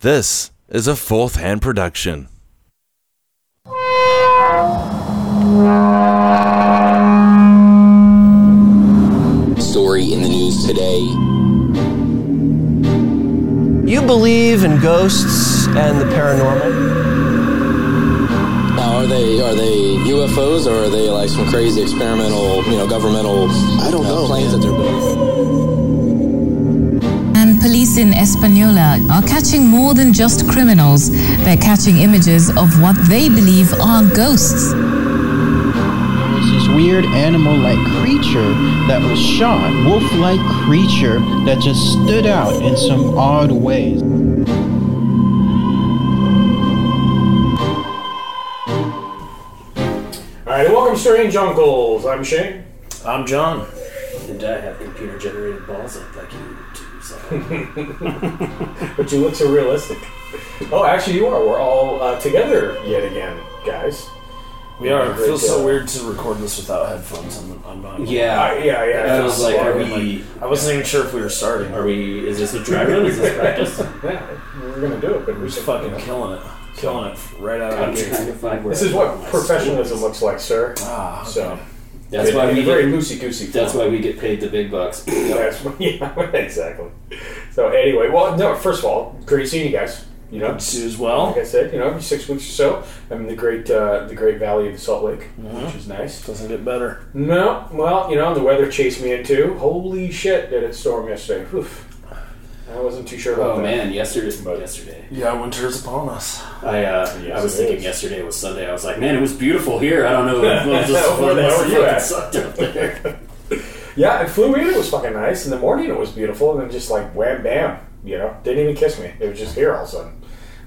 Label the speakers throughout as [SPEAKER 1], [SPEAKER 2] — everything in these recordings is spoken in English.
[SPEAKER 1] This is a fourth hand production.
[SPEAKER 2] Story in the news today.
[SPEAKER 3] You believe in ghosts and the paranormal?
[SPEAKER 2] Now, are they are they UFOs or are they like some crazy experimental, you know, governmental? I don't know planes that they're building.
[SPEAKER 4] And police in Española are catching more than just criminals. They're catching images of what they believe are ghosts.
[SPEAKER 5] was this weird animal like creature that was shot, wolf like creature that just stood out in some odd ways.
[SPEAKER 6] All right, welcome, strange uncles. I'm Shane.
[SPEAKER 7] I'm John.
[SPEAKER 8] Did I have computer generated balls up like you do? So.
[SPEAKER 6] But you look so realistic. Oh, actually, you are. We're all uh, together yet again, guys.
[SPEAKER 7] We are. It
[SPEAKER 6] Great
[SPEAKER 7] feels
[SPEAKER 6] job.
[SPEAKER 7] so weird to record this without headphones. I'm, I'm not.
[SPEAKER 6] Uh,
[SPEAKER 8] Yeah.
[SPEAKER 6] yeah, yeah.
[SPEAKER 8] It feels like are we?
[SPEAKER 7] I wasn't even sure if we were starting.
[SPEAKER 8] Are we? Is this a dry run? Is this practice?
[SPEAKER 6] Yeah, we're gonna do it, but
[SPEAKER 7] We're
[SPEAKER 6] we
[SPEAKER 7] just
[SPEAKER 6] should
[SPEAKER 7] fucking killing it, killing it right out
[SPEAKER 8] I'm
[SPEAKER 7] of the
[SPEAKER 8] trying
[SPEAKER 7] gate.
[SPEAKER 8] to find where.
[SPEAKER 6] This is
[SPEAKER 8] I
[SPEAKER 6] what
[SPEAKER 8] put my
[SPEAKER 6] professionalism
[SPEAKER 8] stories.
[SPEAKER 6] looks like, sir.
[SPEAKER 7] Ah, okay.
[SPEAKER 6] So
[SPEAKER 8] That's
[SPEAKER 6] in,
[SPEAKER 8] why
[SPEAKER 6] in
[SPEAKER 8] we
[SPEAKER 6] a very
[SPEAKER 8] get.
[SPEAKER 6] loosey goosey.
[SPEAKER 8] That's why we get paid the big bucks.
[SPEAKER 6] That's yeah, exactly. So anyway, well, no. First of all, great seeing you guys. You know,
[SPEAKER 7] Good to see you as
[SPEAKER 6] like
[SPEAKER 7] well.
[SPEAKER 6] I said, you know, every six weeks or so, I'm in the great uh, the Great Valley of the Salt Lake,
[SPEAKER 8] Mm-hmm.
[SPEAKER 6] which is nice.
[SPEAKER 7] Doesn't get better.
[SPEAKER 6] No, well, you know, the weather chased me into. Holy shit, did it storm yesterday. Oof. I wasn't too sure about
[SPEAKER 8] Oh
[SPEAKER 6] that.
[SPEAKER 8] man, yesterday. Yesterday.
[SPEAKER 7] Yeah, winter's upon us.
[SPEAKER 8] I uh, I was
[SPEAKER 6] it
[SPEAKER 8] thinking
[SPEAKER 6] is.
[SPEAKER 8] yesterday was Sunday. I was like, man, it was beautiful here. I don't know. It was just
[SPEAKER 6] Where the hell were you
[SPEAKER 8] fucking
[SPEAKER 6] at?
[SPEAKER 8] sucked up there.
[SPEAKER 6] Yeah, it flew in. It was fucking nice. In the morning, it was beautiful. And then just like wham, bam, you know, didn't even kiss me. It was just here all of a sudden.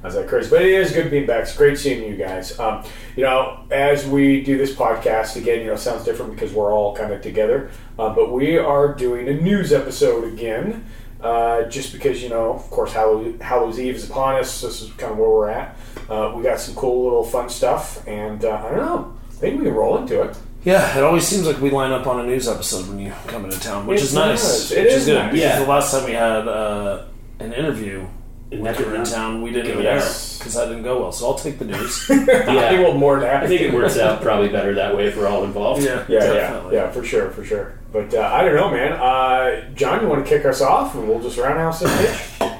[SPEAKER 6] I was like, crazy. But it is good being back. It's great seeing you guys. Um, you know, as we do this podcast, again, you know, it sounds different because we're all kind of together. Uh, but we are doing a news episode again. Uh, just because, you know, of course, Hallow- Hallows Eve is upon us. This is kind of where we're at. Uh, we got some cool little fun stuff. And uh, I don't know. I think we can roll into it.
[SPEAKER 7] Yeah, it always seems like we line up on a news episode when you come into town, which
[SPEAKER 6] It
[SPEAKER 7] is nice.
[SPEAKER 6] does. It
[SPEAKER 7] which
[SPEAKER 6] is
[SPEAKER 7] good.
[SPEAKER 6] nice.
[SPEAKER 7] because
[SPEAKER 8] Yeah.
[SPEAKER 7] The last time we had uh, an interview when you were in town, we didn't even air
[SPEAKER 6] Yes.
[SPEAKER 7] because that didn't go well. So I'll take the news.
[SPEAKER 6] I
[SPEAKER 8] Yeah.
[SPEAKER 6] will more than
[SPEAKER 8] I think it works out probably better that way for all involved.
[SPEAKER 6] Yeah, yeah, yeah, for sure, for sure. But uh, I don't know, man. Uh, John, you want to kick us off, and we'll just roundhouse this bitch.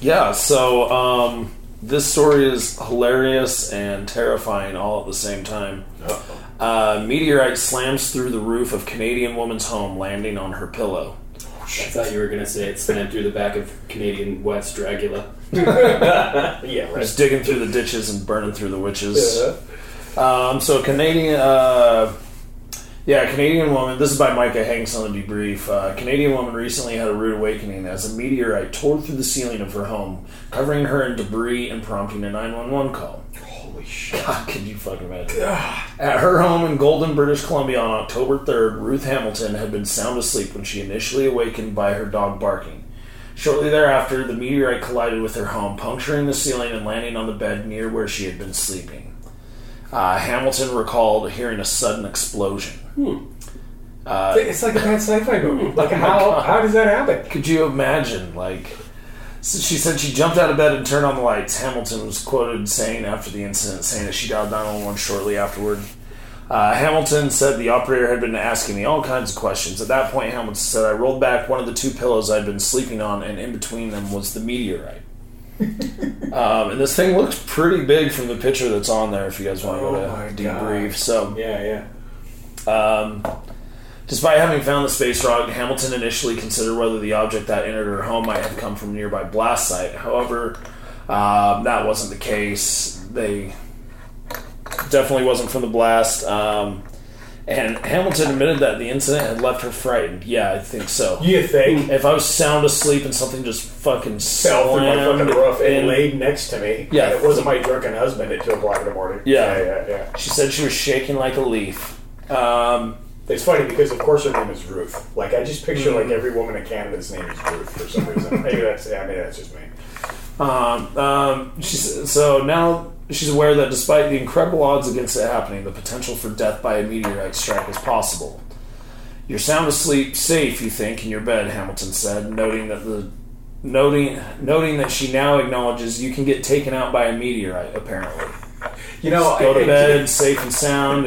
[SPEAKER 7] Yeah, so um, this story is hilarious and terrifying all at the same time. Uh, meteorite slams through the roof of Canadian woman's home, landing on her pillow.
[SPEAKER 8] I thought you were gonna say it slammed through the back of Canadian West Dracula.
[SPEAKER 6] yeah,
[SPEAKER 7] Just digging through the ditches and burning through the witches.
[SPEAKER 6] Uh,
[SPEAKER 7] Um, so Canadian, uh, yeah, Canadian woman. This is by Micah Hanks on the debrief. Uh, Canadian woman recently had a rude awakening as a meteorite tore through the ceiling of her home, covering her in debris and prompting a nine one one call.
[SPEAKER 6] holy shit.
[SPEAKER 7] God, could you fucking imagine? At her home in Golden, British Columbia on October 3rd, Ruth Hamilton had been sound asleep when she initially awakened by her dog barking. Shortly thereafter, the meteorite collided with her home, puncturing the ceiling and landing on the bed near where she had been sleeping. Uh, Hamilton recalled hearing a sudden explosion.
[SPEAKER 6] it's like a bad sci-fi movie.
[SPEAKER 7] Oh
[SPEAKER 6] Like, how how does that happen?
[SPEAKER 7] Could you imagine? Like, so she said she jumped out of bed and turned on the lights. Hamilton was quoted saying after the incident, saying that she dialed 911 shortly afterward. Uh, Hamilton said the operator had been asking me all kinds of questions. At that point, Hamilton said, I rolled back one of the two pillows I'd been sleeping on, and in between them was the meteorite. um, and this thing looks pretty big from the picture that's on there if you guys want to
[SPEAKER 6] Oh my
[SPEAKER 7] go to debrief.
[SPEAKER 6] God.
[SPEAKER 7] So,
[SPEAKER 6] Yeah, yeah.
[SPEAKER 7] Despite having found the space rock, Hamilton initially considered whether the object that entered her home might have come from a nearby blast site. However, um, that wasn't the case. They definitely wasn't from the blast. Um, and Hamilton admitted that the incident had left her frightened. Yeah, I think so.
[SPEAKER 6] You think?
[SPEAKER 7] If I was sound asleep and something just fucking
[SPEAKER 6] Fell through my
[SPEAKER 7] slammed
[SPEAKER 6] fucking roof and
[SPEAKER 7] in-
[SPEAKER 6] laid next to me.
[SPEAKER 7] Yeah.
[SPEAKER 6] and it wasn't my drunken husband at two o'clock in the morning.
[SPEAKER 7] Yeah.
[SPEAKER 6] yeah, yeah. yeah.
[SPEAKER 7] she said she was shaking like a leaf. Um,
[SPEAKER 6] It's funny because of course her name is Ruth. Like I just picture
[SPEAKER 7] Mm-hmm.
[SPEAKER 6] like every woman in Canada's name is Ruth for some reason. maybe that's yeah, maybe that's just me.
[SPEAKER 7] Um, um, she's, so now she's aware that despite the incredible odds against it happening, the potential for death by a meteorite strike is possible. You're sound asleep, safe, you think, in your bed, Hamilton said, noting that the noting noting that she now acknowledges you can get taken out by a meteorite. Apparently,
[SPEAKER 6] You know,
[SPEAKER 7] go to
[SPEAKER 6] and-
[SPEAKER 7] bed safe and sound.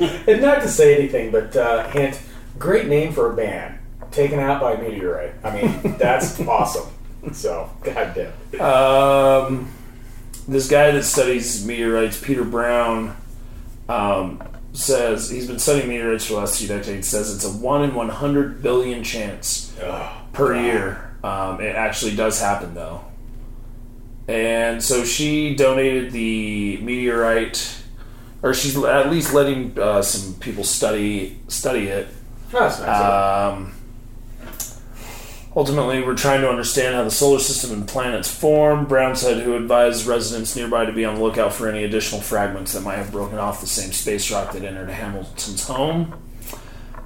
[SPEAKER 7] you're-
[SPEAKER 6] And not to say anything, but uh, hint: great name for a band. Taken out by a meteorite. I mean, that's awesome. So, goddamn.
[SPEAKER 7] um, this guy that studies meteorites, Peter Brown, um, says he's been studying meteorites for the last two decades. Says it's a one in one hundred billion chance per year. Um, it actually does happen though, and so she donated the meteorite, or she's at least letting uh, some people study study it.
[SPEAKER 6] Oh, that's nice.
[SPEAKER 7] Um, ultimately, we're trying to understand how the solar system and planets form. Brown said, who advised residents nearby to be on the lookout for any additional fragments that might have broken off the same space rock that entered Hamilton's home.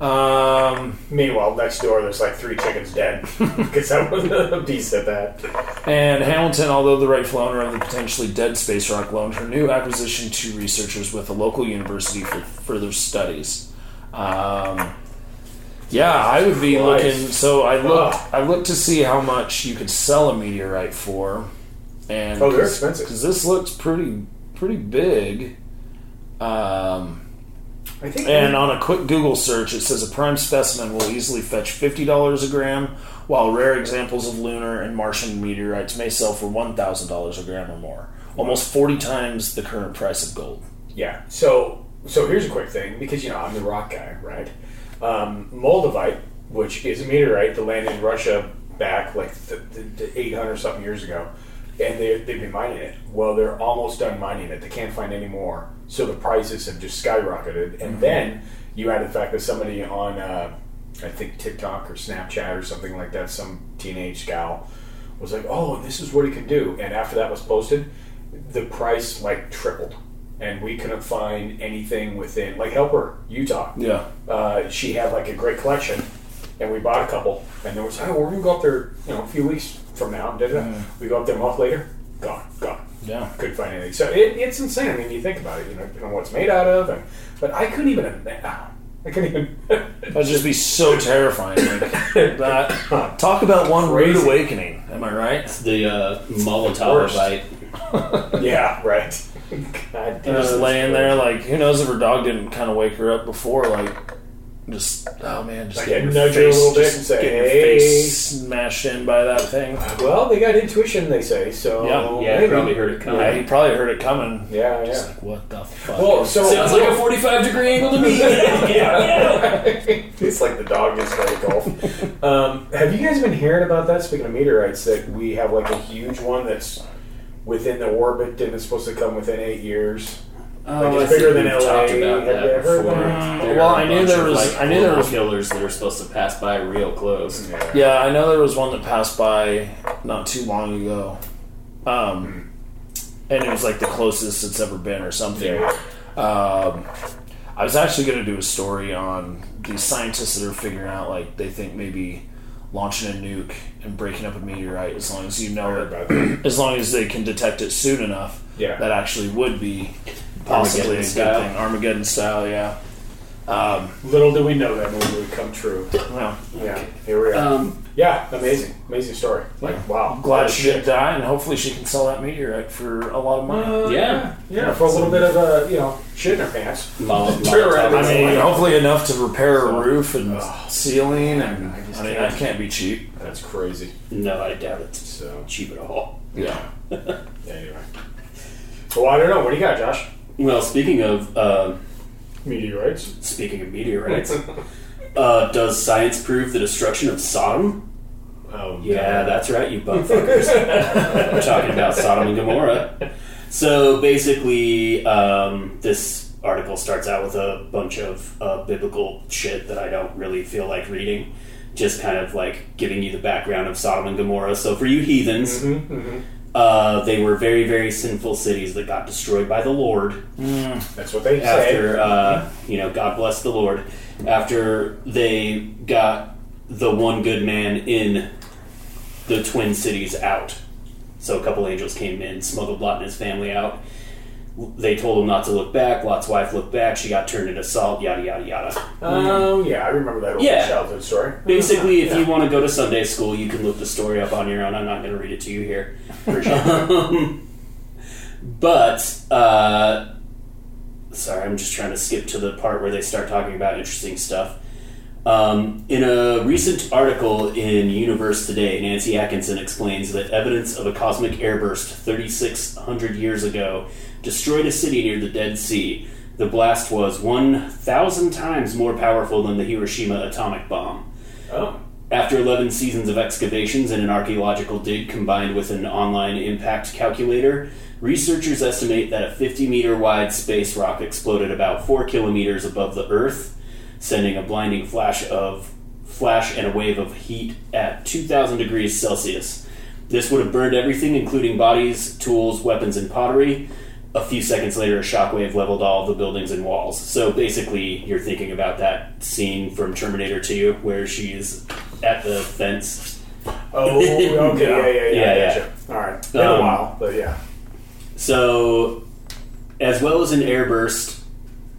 [SPEAKER 7] Um,
[SPEAKER 6] Meanwhile, next door, there's like three chickens dead because I was a piece of that.
[SPEAKER 7] and Hamilton, although the rightful owner of the potentially dead space rock, loaned her new acquisition to researchers with a local university for further studies. Um, yeah, I would be
[SPEAKER 6] Christ.
[SPEAKER 7] looking. So I looked. I looked to see how much you could sell a meteorite for, and
[SPEAKER 6] Oh, they're expensive.
[SPEAKER 7] because this looks pretty pretty big. Um,
[SPEAKER 6] I think.
[SPEAKER 7] and on a quick Google search, it says a prime specimen will easily fetch fifty dollars a gram, while rare examples of lunar and Martian meteorites may sell for one thousand dollars a gram or more, almost forty times the current price of gold.
[SPEAKER 6] Yeah. So so here's a quick thing because you know I'm the rock guy, right? Um, Moldavite, which is a meteorite that landed in Russia back like the, the, the 800 something years ago, and they, they've been mining it. Well, they're almost done mining it. They can't find any more, so the prices have just skyrocketed. And then you add the fact that somebody on uh, I think TikTok or Snapchat or something like that, some teenage gal was like, "Oh, this is what it can do." And after that was posted, the price like tripled, and we couldn't find anything within like Helper, Utah.
[SPEAKER 7] Yeah.
[SPEAKER 6] uh, she had like a great collection, and we bought a couple. And there was, "Oh, we're gonna go up there, you know, a few weeks from now." Da, da, da. We go up there a month later, gone, gone.
[SPEAKER 7] Yeah.
[SPEAKER 6] couldn't find anything. So it, it's insane. I mean, you think about it, you know, depending on what it's made out of, and but I couldn't even. ima- I couldn't even.
[SPEAKER 7] That'd just be so terrifying. Like, that talk about one rude
[SPEAKER 6] Crazy.
[SPEAKER 7] awakening. Am I right?
[SPEAKER 8] The uh, Molotov
[SPEAKER 6] Worst.
[SPEAKER 8] bite.
[SPEAKER 6] yeah, right. God damn.
[SPEAKER 7] just laying there, like who knows if her dog didn't kind of wake her up before, like. Just oh man, just
[SPEAKER 6] Like,
[SPEAKER 7] getting your
[SPEAKER 6] nudge her a
[SPEAKER 7] face,
[SPEAKER 6] little bit
[SPEAKER 7] just
[SPEAKER 6] and say,
[SPEAKER 7] getting your
[SPEAKER 6] "Hey."
[SPEAKER 7] face smashed in by that thing.
[SPEAKER 6] Well, they got intuition, they say. So
[SPEAKER 7] Yeah,
[SPEAKER 8] Yeah,
[SPEAKER 6] maybe.
[SPEAKER 8] probably heard it coming.
[SPEAKER 7] Yeah, he probably heard it coming.
[SPEAKER 6] Yeah,
[SPEAKER 7] Just
[SPEAKER 6] yeah.
[SPEAKER 7] like, what the fuck?
[SPEAKER 6] Well, so
[SPEAKER 8] Sounds like a 45 degree angle to me.
[SPEAKER 6] it's like the dog is playing golf. um, have you guys been hearing about that? Speaking of meteorites, that we have like a huge one that's within the orbit and it's supposed to come within eight years.
[SPEAKER 8] Oh,
[SPEAKER 6] it's
[SPEAKER 8] I think
[SPEAKER 6] bigger than
[SPEAKER 8] we've
[SPEAKER 6] LA.
[SPEAKER 8] Talked about
[SPEAKER 6] Have
[SPEAKER 8] that
[SPEAKER 6] you ever heard
[SPEAKER 8] before.
[SPEAKER 6] that?
[SPEAKER 8] There
[SPEAKER 7] Well,
[SPEAKER 8] are a
[SPEAKER 7] I knew
[SPEAKER 8] bunch
[SPEAKER 7] there
[SPEAKER 8] of,
[SPEAKER 7] was-
[SPEAKER 8] Like,
[SPEAKER 7] I knew there
[SPEAKER 8] little
[SPEAKER 7] was-
[SPEAKER 8] killers that are supposed to pass by real close.
[SPEAKER 7] yeah, I know there was one that passed by not too long ago, um, and it was like the closest it's ever been, or something.
[SPEAKER 6] Yeah.
[SPEAKER 7] Um, I was actually going to do a story on these scientists that are figuring out, like, they think maybe launching a nuke and breaking up a meteorite, as long as you know
[SPEAKER 6] Heard about
[SPEAKER 7] it,
[SPEAKER 6] that.
[SPEAKER 7] as long as they can detect it soon enough,
[SPEAKER 6] Yeah.
[SPEAKER 7] that actually would be possibly a good
[SPEAKER 8] style.
[SPEAKER 7] thing, Armageddon style, yeah. Um,
[SPEAKER 6] Little do we know that movie would come true.
[SPEAKER 7] well,
[SPEAKER 6] Yeah, here we are.
[SPEAKER 8] Um,
[SPEAKER 6] yeah, amazing, amazing story. Like, wow,
[SPEAKER 8] Oh,
[SPEAKER 7] glad she didn't die, and hopefully she can sell that meteorite for a lot of money.
[SPEAKER 8] Uh, yeah.
[SPEAKER 6] Yeah, for a little bit of a you know shit in her pants.
[SPEAKER 8] Mol-
[SPEAKER 6] Turn around.
[SPEAKER 8] Molotov.
[SPEAKER 7] I mean, hopefully enough to repair a roof and
[SPEAKER 8] uh,
[SPEAKER 6] Ugh.
[SPEAKER 7] ceiling, and
[SPEAKER 6] I
[SPEAKER 7] I,
[SPEAKER 6] just
[SPEAKER 7] mean,
[SPEAKER 6] can't.
[SPEAKER 7] that can't be cheap.
[SPEAKER 6] That's crazy.
[SPEAKER 8] No, I doubt it's
[SPEAKER 6] So
[SPEAKER 8] cheap at all.
[SPEAKER 7] Yeah.
[SPEAKER 6] anyway, well, I don't know. What do you got, Josh?
[SPEAKER 8] Well, speaking of uh,
[SPEAKER 6] Meteorites.
[SPEAKER 8] speaking of meteorites, uh, does science prove the destruction of Sodom?
[SPEAKER 6] Oh,
[SPEAKER 8] Yeah, that's right, you bumfuckers. We're talking about Sodom and Gomorrah. So basically, um, this article starts out with a bunch of uh, biblical shit that I don't really feel like reading. Just kind of like giving you the background of Sodom and Gomorrah. So for you heathens, uh, they were very, very sinful cities that got destroyed by the Lord
[SPEAKER 6] That's what they say.
[SPEAKER 8] after uh, you know god bless the lord after they got the one good man in the twin cities out so a couple angels came in smuggled lot and his family out
[SPEAKER 7] They told him not to look back. Lot's wife looked back. She got turned into salt. Yada yada yada.
[SPEAKER 6] Oh yeah, I remember that old
[SPEAKER 7] Yeah.
[SPEAKER 6] childhood story.
[SPEAKER 7] Basically, if you want to go to Sunday school, you can look the story up on your own. I'm not going to read it to you here. Um, but, uh, sorry, I'm just trying to skip to the part where they start talking about interesting stuff. Um, in a recent article in Universe Today, Nancy Atkinson explains that evidence of a cosmic airburst 3,600 years ago destroyed a city near the Dead Sea. The blast was 1,000 times more powerful than the Hiroshima atomic bomb.
[SPEAKER 6] Oh.
[SPEAKER 7] After 11 seasons of excavations and an archaeological dig combined with an online impact calculator, researchers estimate that a 50 meter wide space rock exploded about 4 kilometers above the Earth, sending a blinding flash of flash and a wave of heat at 2000 degrees Celsius. This would have burned everything including bodies, tools, weapons and pottery. A few seconds later, a shockwave leveled all the buildings and walls. So basically, you're thinking about that scene from Terminator 2 where she is at the fence.
[SPEAKER 6] Oh, okay, yeah, yeah, yeah,
[SPEAKER 7] Yeah, yeah.
[SPEAKER 6] gotcha. All right, been a
[SPEAKER 7] Um,
[SPEAKER 6] while, but yeah.
[SPEAKER 7] So, as well as an airburst,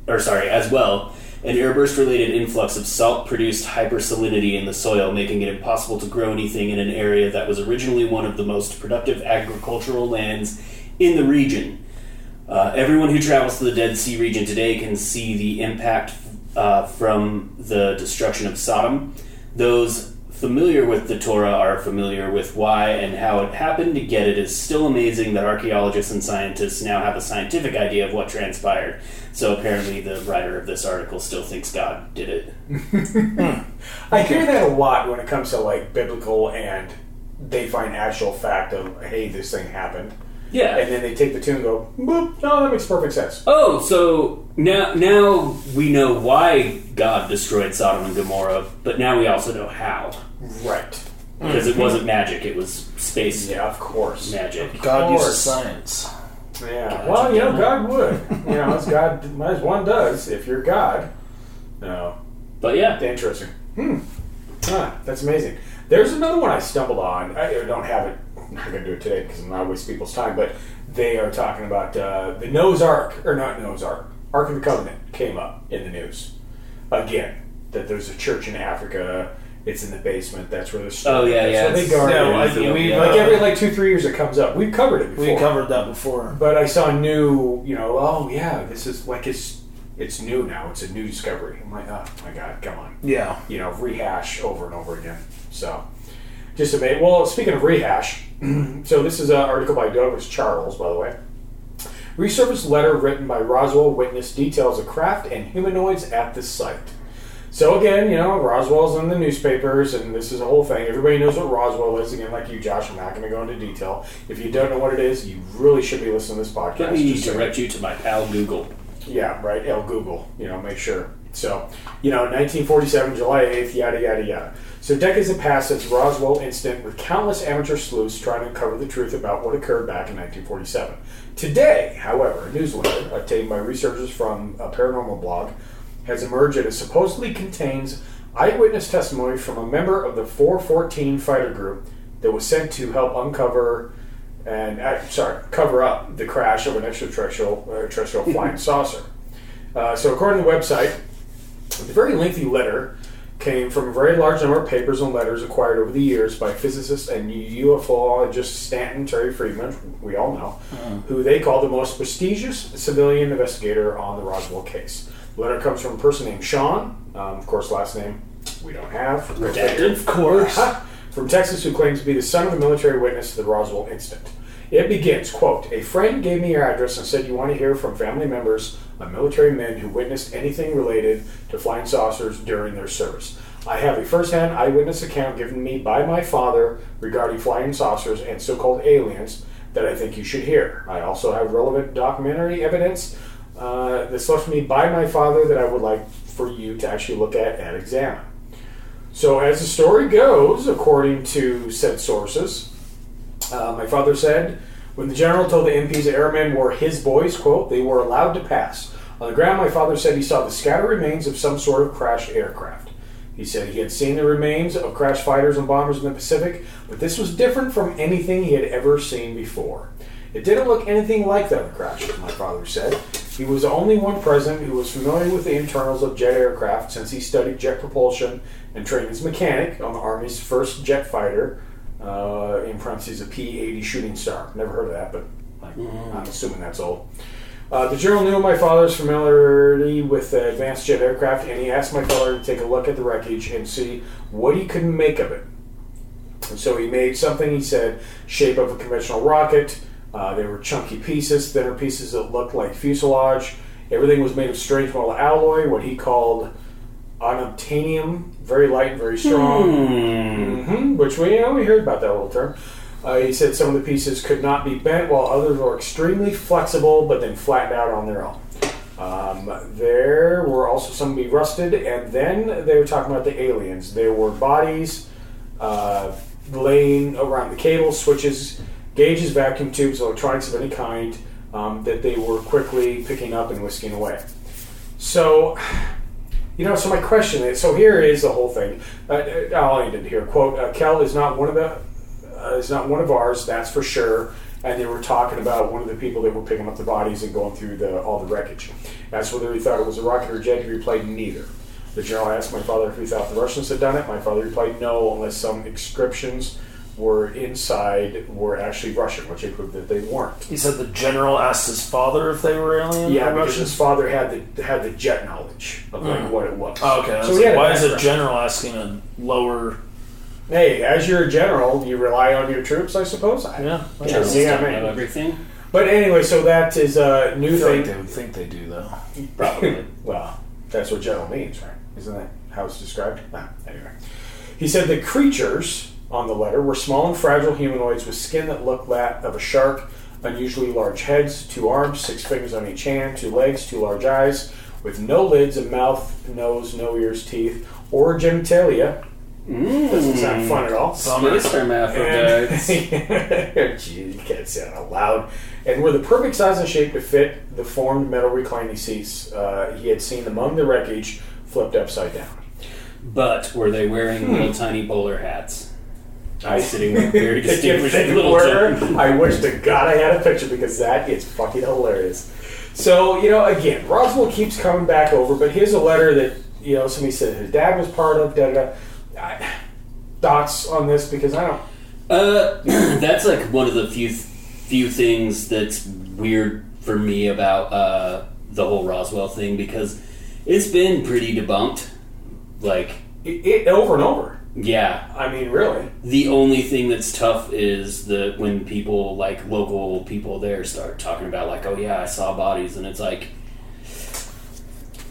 [SPEAKER 7] or sorry, as well, an airburst related influx of salt produced hypersalinity in the soil, making it impossible to grow anything in an area that was originally one of the most productive agricultural lands in the region. Uh, everyone who travels to the Dead Sea region today can see the impact uh, from the destruction of Sodom. Those familiar with the Torah are familiar with why and how it happened, yet it is still amazing that archaeologists and scientists now have a scientific idea of what transpired. So apparently, the writer of this article still thinks God did it.
[SPEAKER 6] I hear that a lot when it comes to like biblical and they find actual fact of hey this thing happened and
[SPEAKER 7] Yeah.
[SPEAKER 6] then they take the tune and go boop no that makes perfect sense
[SPEAKER 7] Oh, so now now we know why God destroyed Sodom and Gomorrah, but now we also know how.
[SPEAKER 6] right
[SPEAKER 7] Because it wasn't magic, it was space
[SPEAKER 6] Mm-hmm. yeah of course
[SPEAKER 7] magic.
[SPEAKER 3] God uses
[SPEAKER 6] course.
[SPEAKER 3] science.
[SPEAKER 6] yeah well you know God would you know as God as one does if you're God no
[SPEAKER 7] But yeah,
[SPEAKER 6] Interesting. Hmm. Ah, that's amazing. There's another one I stumbled on. I I don't have it. I'm not going to do it today because I'm not waste people's time. But they are talking about uh, the Noah's Ark, or not Noah's Ark, Ark of the Covenant came up in the news again. That there's a church in Africa. It's in the basement. That's where they're.
[SPEAKER 7] Oh, yeah, yeah,
[SPEAKER 6] That's where they
[SPEAKER 7] it's-
[SPEAKER 6] guard
[SPEAKER 3] No,
[SPEAKER 6] it.
[SPEAKER 3] I- we've,
[SPEAKER 7] Yeah.
[SPEAKER 6] like every like two three years it comes up. We've covered it before.
[SPEAKER 3] We covered that before.
[SPEAKER 6] But I saw new, you know, oh yeah, this is like it's it's new now. It's a new discovery. I'm like, oh my god, come on
[SPEAKER 3] Yeah.
[SPEAKER 6] you know rehash over and over again. So just a bit. Well, speaking of rehash, so this is an article by Douglas Charles, by the way. Resurfaced letter written by Roswell witness details of craft and humanoids at this site. So again, you know, Roswell's in the newspapers, and this is a whole thing. Everybody knows what Roswell is. Again, like you, Josh, I'm not going to go into detail. If you don't know what it is, you really should be listening to this podcast.
[SPEAKER 7] let me
[SPEAKER 6] Just so-
[SPEAKER 7] direct you to my pal Google.
[SPEAKER 6] yeah, right. L Google, you know, make sure. So, you know, 1947, July 8th, yada, yada, yada. So, decades have passed since Roswell incident with countless amateur sleuths trying to uncover the truth about what occurred back in 1947. Today, however, a newsletter obtained by researchers from a paranormal blog has emerged and it supposedly contains eyewitness testimony from a member of the 414 fighter group that was sent to help uncover and uh, sorry, cover up the crash of an extraterrestrial uh, terrestrial flying saucer. Uh, so, according to the website, the very lengthy letter came from a very large number of papers and letters acquired over the years by physicist and ufologist Stanton Terry Friedman, we all know, who they call the most prestigious civilian investigator on the Roswell case. The letter comes from a person named Sean, um, of course, last name we don't have.
[SPEAKER 7] Redacted.
[SPEAKER 3] course.
[SPEAKER 6] from Texas, who claims to be the son of a military witness to the Roswell incident. It begins, quote, A friend gave me your address and said you want to hear from family members of military men who witnessed anything related to flying saucers during their service. I have a first-hand eyewitness account given me by my father regarding flying saucers and so-called aliens that I think you should hear. I also have relevant documentary evidence uh, that's left me by my father that I would like for you to actually look at and examine. So, as the story goes, according to said sources, uh, my father said, when the general told the MPs the airmen were his boys, quote, they were allowed to pass. On the ground, my father said he saw the scattered remains of some sort of crashed aircraft. He said he had seen the remains of crashed fighters and bombers in the Pacific, but this was different from anything he had ever seen before. It didn't look anything like the other crashes, my father said. He was the only one present who was familiar with the internals of jet aircraft since he studied jet propulsion and trained as mechanic on the Army's first jet fighter, uh, in parentheses, a P 80 shooting star. Never heard of that, but like, I'm assuming that's old. Uh, the general knew my father's familiarity with uh, advanced jet aircraft, and he asked my father to take a look at the wreckage and see what he could make of it. And so he made something, he said, shape of a conventional rocket. Uh, they were chunky pieces, thinner pieces that looked like fuselage. Everything was made of strange metal alloy, what he called unobtainium, very light and very strong. hmm which we, you know, we heard about that little term. Uh, he said some of the pieces could not be bent, while others were extremely flexible, but then flattened out on their own. Um, there were also some be rusted, and then they were talking about the aliens. There were bodies uh, laying around the cables, switches, gauges, vacuum tubes, electronics of any kind um, that they were quickly picking up and whisking away. So, you know, so my question is so here is the whole thing. Uh, uh, I'll end it here. Quote uh, Kel is not one of the. Uh, is not one of ours, that's for sure. And they were talking about one of the people that were picking up the bodies and going through the, all the wreckage. That's whether he thought it was a rocket or jet. He replied, neither. The general asked my father if he thought the Russians had done it. My father replied, no, unless some inscriptions were inside were actually Russian, which they proved that they weren't.
[SPEAKER 7] He said the general asked his father if they were alien
[SPEAKER 6] Yeah,
[SPEAKER 7] or
[SPEAKER 6] because
[SPEAKER 7] Russians.
[SPEAKER 6] his father had the had the jet knowledge of like, what it was.
[SPEAKER 7] Oh, okay. I was
[SPEAKER 6] So
[SPEAKER 7] like,
[SPEAKER 6] he had a
[SPEAKER 7] why is a
[SPEAKER 6] background.
[SPEAKER 7] general asking a lower?
[SPEAKER 6] Hey, as you're a general, you rely on your troops, I suppose. I-
[SPEAKER 7] Yeah, I
[SPEAKER 8] Generals
[SPEAKER 7] guess.
[SPEAKER 6] Yeah,
[SPEAKER 8] don't
[SPEAKER 6] man.
[SPEAKER 8] know everything.
[SPEAKER 6] But anyway, so that is a new
[SPEAKER 7] I feel like
[SPEAKER 6] thing.
[SPEAKER 7] they would think they do though.
[SPEAKER 8] Probably.
[SPEAKER 6] Well, that's what general means, right? Isn't that how it's described? Nah, anyway. He said the creatures on the letter were small and fragile humanoids with skin that looked that of a shark, unusually large heads, two arms, six fingers on each hand, two legs, two large eyes, with no lids, a mouth, nose, no ears, teeth, or genitalia. Doesn't sound fun at all.
[SPEAKER 8] Space hermaphrodites.
[SPEAKER 6] And- Gee, you can't say that out loud. And were the perfect size and shape to fit the formed metal reclining seats uh, he had seen among the wreckage flipped upside down.
[SPEAKER 8] But were they wearing little tiny bowler hats? I'm sitting with very
[SPEAKER 6] If
[SPEAKER 8] distinguished
[SPEAKER 6] they
[SPEAKER 8] little
[SPEAKER 6] were,
[SPEAKER 8] gen-
[SPEAKER 6] I wish to God I had a picture because that is fucking hilarious. So, you know, again, Roswell keeps coming back over, but here's a letter that, you know, somebody said his dad was part of, da da da. I- Thoughts on this because I don't.
[SPEAKER 8] Uh, that's like one of the few few things that's weird for me about uh, the whole Roswell thing because it's been pretty debunked. Like,
[SPEAKER 6] It, it over and over.
[SPEAKER 8] yeah,
[SPEAKER 6] I mean, really.
[SPEAKER 8] the only thing that's tough is that when people like local people there start talking about like oh yeah i saw bodies and it's like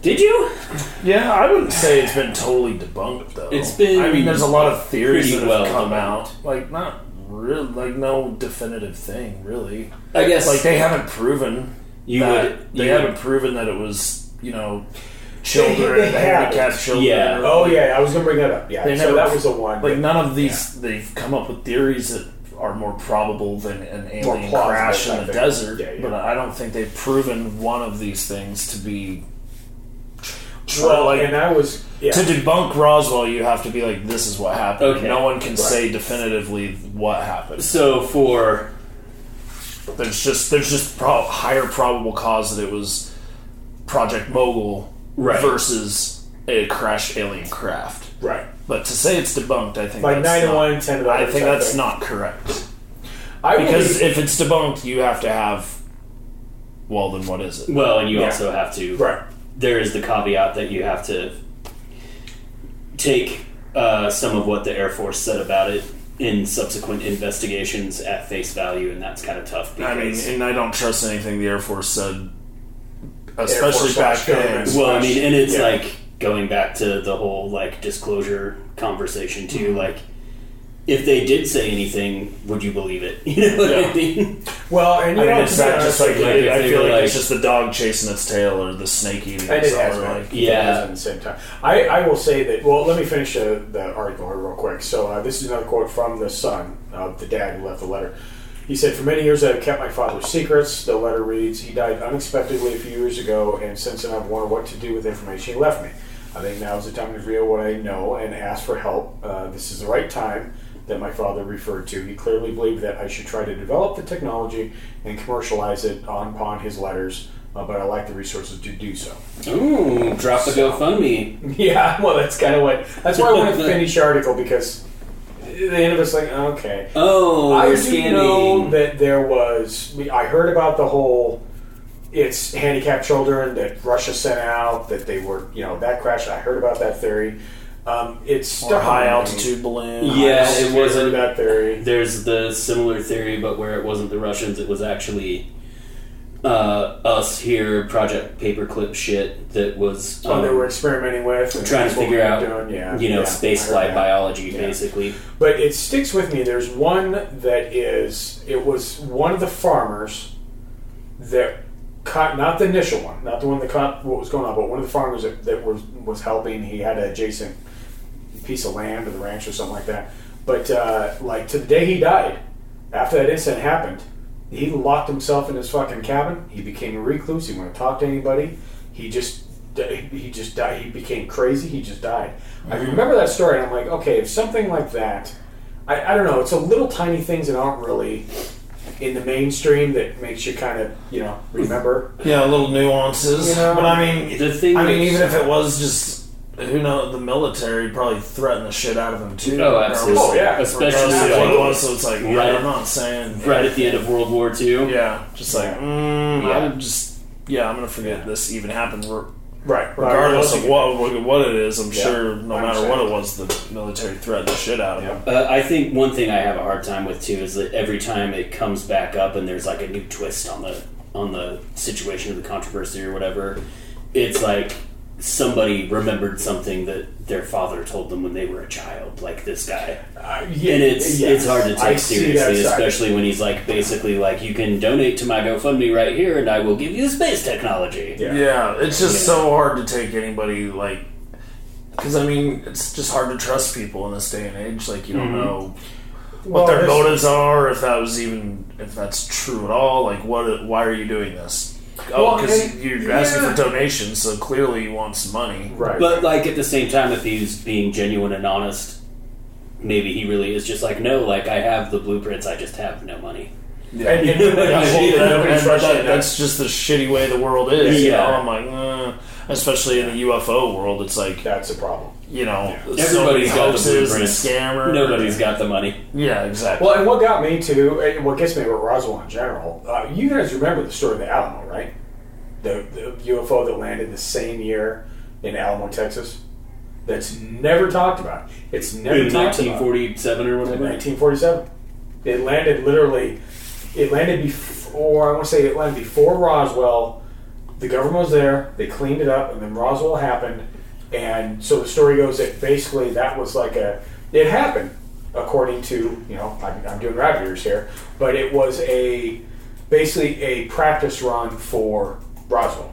[SPEAKER 8] did you
[SPEAKER 7] Yeah, I wouldn't say it's been totally debunked though.
[SPEAKER 8] It's been
[SPEAKER 7] I mean, there's a lot of theories
[SPEAKER 8] pretty
[SPEAKER 7] that have
[SPEAKER 8] well
[SPEAKER 7] come
[SPEAKER 8] debunked.
[SPEAKER 7] out. Like not really, like no definitive thing really.
[SPEAKER 8] i guess
[SPEAKER 7] Like they haven't proven
[SPEAKER 8] you
[SPEAKER 7] that
[SPEAKER 8] would
[SPEAKER 7] they
[SPEAKER 8] you
[SPEAKER 7] haven't
[SPEAKER 8] would-
[SPEAKER 7] proven that it was you know
[SPEAKER 6] They- they
[SPEAKER 7] children,
[SPEAKER 6] haven't.
[SPEAKER 7] handicapped children.
[SPEAKER 8] Yeah.
[SPEAKER 7] or-
[SPEAKER 6] Oh yeah, I was gonna bring that up. Yeah,
[SPEAKER 7] They
[SPEAKER 6] Oh, so
[SPEAKER 7] never-
[SPEAKER 6] that was the one.
[SPEAKER 7] Like
[SPEAKER 6] that-
[SPEAKER 7] none of these, they've come up with theories that are more probable than an
[SPEAKER 6] More
[SPEAKER 7] alien
[SPEAKER 6] plausible
[SPEAKER 7] crash in
[SPEAKER 6] type
[SPEAKER 7] the
[SPEAKER 6] thing.
[SPEAKER 7] desert.
[SPEAKER 6] Yeah, yeah.
[SPEAKER 7] But I don't think they've proven one of these things to be. True.
[SPEAKER 6] well,
[SPEAKER 7] like,
[SPEAKER 6] and I was yeah.
[SPEAKER 7] to debunk Roswell, you have to be like, "This is what happened."
[SPEAKER 8] Okay.
[SPEAKER 7] No one can say definitively what happened.
[SPEAKER 8] so for
[SPEAKER 7] There's just there's just pro- higher probable cause that it was Project Mogul
[SPEAKER 8] Right.
[SPEAKER 7] versus a crashed alien craft.
[SPEAKER 6] right.
[SPEAKER 7] But to say it's debunked, I think
[SPEAKER 6] Like
[SPEAKER 7] that's
[SPEAKER 6] nine to
[SPEAKER 7] not-
[SPEAKER 6] one, ten to the
[SPEAKER 7] I
[SPEAKER 6] other
[SPEAKER 7] think
[SPEAKER 6] type
[SPEAKER 7] that's
[SPEAKER 6] thing.
[SPEAKER 7] not correct.
[SPEAKER 6] I will
[SPEAKER 7] Because
[SPEAKER 6] be-
[SPEAKER 7] if it's debunked, you have to have. Well, then what is it?
[SPEAKER 8] well and you also have to
[SPEAKER 6] right.
[SPEAKER 8] there is the caveat that you have to take uh, some of what the air force said about it in subsequent investigations at face value and that's kind of tough
[SPEAKER 7] I
[SPEAKER 8] because
[SPEAKER 7] mean, and I don't trust anything the Air Force said,
[SPEAKER 6] Air
[SPEAKER 7] especially
[SPEAKER 6] Force
[SPEAKER 7] back
[SPEAKER 6] slash
[SPEAKER 7] then.
[SPEAKER 6] government.
[SPEAKER 8] Well, I mean, and it's
[SPEAKER 6] Yeah.
[SPEAKER 8] like going back to the whole like disclosure conversation too.
[SPEAKER 6] Mm-hmm.
[SPEAKER 8] Like, if they did say anything, would you believe it? You know what I
[SPEAKER 7] Yeah.
[SPEAKER 8] mean?
[SPEAKER 6] Well, and you
[SPEAKER 7] I mean,
[SPEAKER 6] know,
[SPEAKER 7] it's not just like,
[SPEAKER 8] like, if
[SPEAKER 7] I
[SPEAKER 8] they
[SPEAKER 7] feel
[SPEAKER 8] were
[SPEAKER 7] like,
[SPEAKER 8] like-
[SPEAKER 7] it's just the dog chasing its tail or the snake eating
[SPEAKER 6] I
[SPEAKER 7] its
[SPEAKER 6] did
[SPEAKER 7] arm.
[SPEAKER 6] ask my-
[SPEAKER 7] like-
[SPEAKER 8] Yeah.
[SPEAKER 6] at the same time. I, I will say that. Well, let me finish uh, the article here real quick. So uh, this is another quote from the son of the dad who left the letter. He said, "For many years, I have kept my father's secrets." The letter reads, "He died unexpectedly a few years ago, and since then, I've wondered what to do with the information he left me. I think now is the time to reveal what I know and ask for help. Uh, this is the right time." that my father referred to. He clearly believed that I should try to develop the technology and commercialize it on upon his letters, uh, but I lacked the resources to do so.
[SPEAKER 8] Ooh, drop the GoFundMe.
[SPEAKER 6] Yeah, well, that's kind of what. That's why I wanted to finish the article because at the end of it's like, okay.
[SPEAKER 8] Oh,
[SPEAKER 6] I
[SPEAKER 8] we're
[SPEAKER 6] do
[SPEAKER 8] scanning.
[SPEAKER 6] know that there was. I heard about the whole. It's handicapped children that Russia sent out that they were, you know, that crash. I heard about that theory. Um, it's
[SPEAKER 7] Or high altitude balloon.
[SPEAKER 8] Yeah,
[SPEAKER 6] I
[SPEAKER 8] Oh, it wasn't.
[SPEAKER 6] that theory.
[SPEAKER 8] There's the similar theory, but where it wasn't the Russians, it was actually uh, us here, Project Paperclip shit that was.
[SPEAKER 6] Oh,
[SPEAKER 8] um,
[SPEAKER 6] they were experimenting with and
[SPEAKER 8] trying to
[SPEAKER 6] that's what
[SPEAKER 8] figure
[SPEAKER 6] we were
[SPEAKER 8] out,
[SPEAKER 6] doing. Yeah,
[SPEAKER 8] you know,
[SPEAKER 6] yeah, I
[SPEAKER 8] space
[SPEAKER 6] heard
[SPEAKER 8] flight
[SPEAKER 6] that.
[SPEAKER 8] biology, basically.
[SPEAKER 6] But it sticks with me. There's one that is. It was one of the farmers that caught not the initial one, not the one that caught what was going on, but one of the farmers that, that was was helping. He had an adjacent piece of land or the ranch or something like that. But uh, like to the day he died, after that incident happened, he locked himself in his fucking cabin. He became a recluse. He wouldn't talk to anybody. He just he just died. He became crazy. He just died. I
[SPEAKER 7] Mm-hmm.
[SPEAKER 6] remember that story, and I'm like, okay, if something like that, I, I don't know. It's a little tiny things that aren't really in the mainstream that makes you kind of you know remember.
[SPEAKER 7] Yeah, little nuances.
[SPEAKER 6] You know?
[SPEAKER 7] but I mean,
[SPEAKER 8] The thing
[SPEAKER 7] I mean,
[SPEAKER 8] is-
[SPEAKER 7] even if it was just who knows, the military probably threatened the shit out of him too.
[SPEAKER 8] Oh, absolutely.
[SPEAKER 6] Oh, yeah.
[SPEAKER 8] Especially
[SPEAKER 7] Regardless of what it
[SPEAKER 8] like,
[SPEAKER 7] was, so it's like,
[SPEAKER 8] Right.
[SPEAKER 7] yeah, I'm not saying
[SPEAKER 8] right at the end of World War II.
[SPEAKER 7] Yeah, just like,
[SPEAKER 6] Yeah.
[SPEAKER 7] mm,
[SPEAKER 8] Yeah.
[SPEAKER 7] I'm just, yeah, I'm gonna forget this even happened. re-
[SPEAKER 6] Right.
[SPEAKER 7] Regardless of what what- what it is, I'm
[SPEAKER 6] Yeah,
[SPEAKER 7] sure no
[SPEAKER 6] I'm
[SPEAKER 7] matter
[SPEAKER 6] sure.
[SPEAKER 7] what it was, the military threatened the shit out of him.
[SPEAKER 8] Uh, I think one thing I have a hard time with too is that every time it comes back up and there's like a new twist on the on the situation or the controversy or whatever, it's like somebody remembered something that their father told them when they were a child, like this guy.
[SPEAKER 6] Uh, yeah,
[SPEAKER 8] And it's
[SPEAKER 6] yes.
[SPEAKER 8] it's hard to
[SPEAKER 6] I
[SPEAKER 8] take
[SPEAKER 6] see that
[SPEAKER 8] seriously,
[SPEAKER 6] side.
[SPEAKER 8] especially when he's like basically like you can donate to my GoFundMe right here and I will give you space technology.
[SPEAKER 6] Yeah.
[SPEAKER 7] Yeah, it's just
[SPEAKER 8] Yeah.
[SPEAKER 7] so hard to take anybody like. Because I mean, it's just hard to trust people in this day and age. Like you don't
[SPEAKER 8] Mm-hmm.
[SPEAKER 7] know
[SPEAKER 6] Well,
[SPEAKER 7] what their
[SPEAKER 6] Oh, this-
[SPEAKER 7] motives are, if that was even if that's true at all. Like, what? Why are you doing this? Oh,
[SPEAKER 6] Well,
[SPEAKER 7] because
[SPEAKER 6] and-
[SPEAKER 7] you're asking
[SPEAKER 6] yeah.
[SPEAKER 7] for donations, so clearly you want some money.
[SPEAKER 6] Right.
[SPEAKER 8] But like at the same time, if he's being genuine and honest, maybe he really is just like, no, like I have the blueprints, I just have no money.
[SPEAKER 6] and, and nobody's
[SPEAKER 7] Yeah, well,
[SPEAKER 6] shit,
[SPEAKER 7] that-
[SPEAKER 6] nobody's
[SPEAKER 7] that-
[SPEAKER 6] rushing
[SPEAKER 7] that-
[SPEAKER 6] it.
[SPEAKER 7] that's just the shitty way the world is. you
[SPEAKER 8] Yeah.
[SPEAKER 7] know? I'm like, eh. especially in the UFO world, it's like
[SPEAKER 6] that's a problem.
[SPEAKER 7] you know, so many
[SPEAKER 8] Everybody's got the
[SPEAKER 7] hoaxes and
[SPEAKER 8] blueprints.
[SPEAKER 7] scammers.
[SPEAKER 8] Nobody's got the money.
[SPEAKER 7] Yeah, exactly.
[SPEAKER 6] Well, and what got me to and what gets me about Roswell in general, uh, you guys remember the story of the Alamo, right? The, the UFO that landed the same year in Alamo, Texas. That's never talked about. It's never
[SPEAKER 8] In
[SPEAKER 6] talked about.
[SPEAKER 8] 1947 or whatever.
[SPEAKER 6] 1947. It landed literally. It landed before. I want to say it landed before Roswell. The government was there. They cleaned it up, and then Roswell happened. And so the story goes that basically that was like a. It happened, according to you know I'm, I'm doing rabbit ears here, but it was a basically a practice run for Roswell.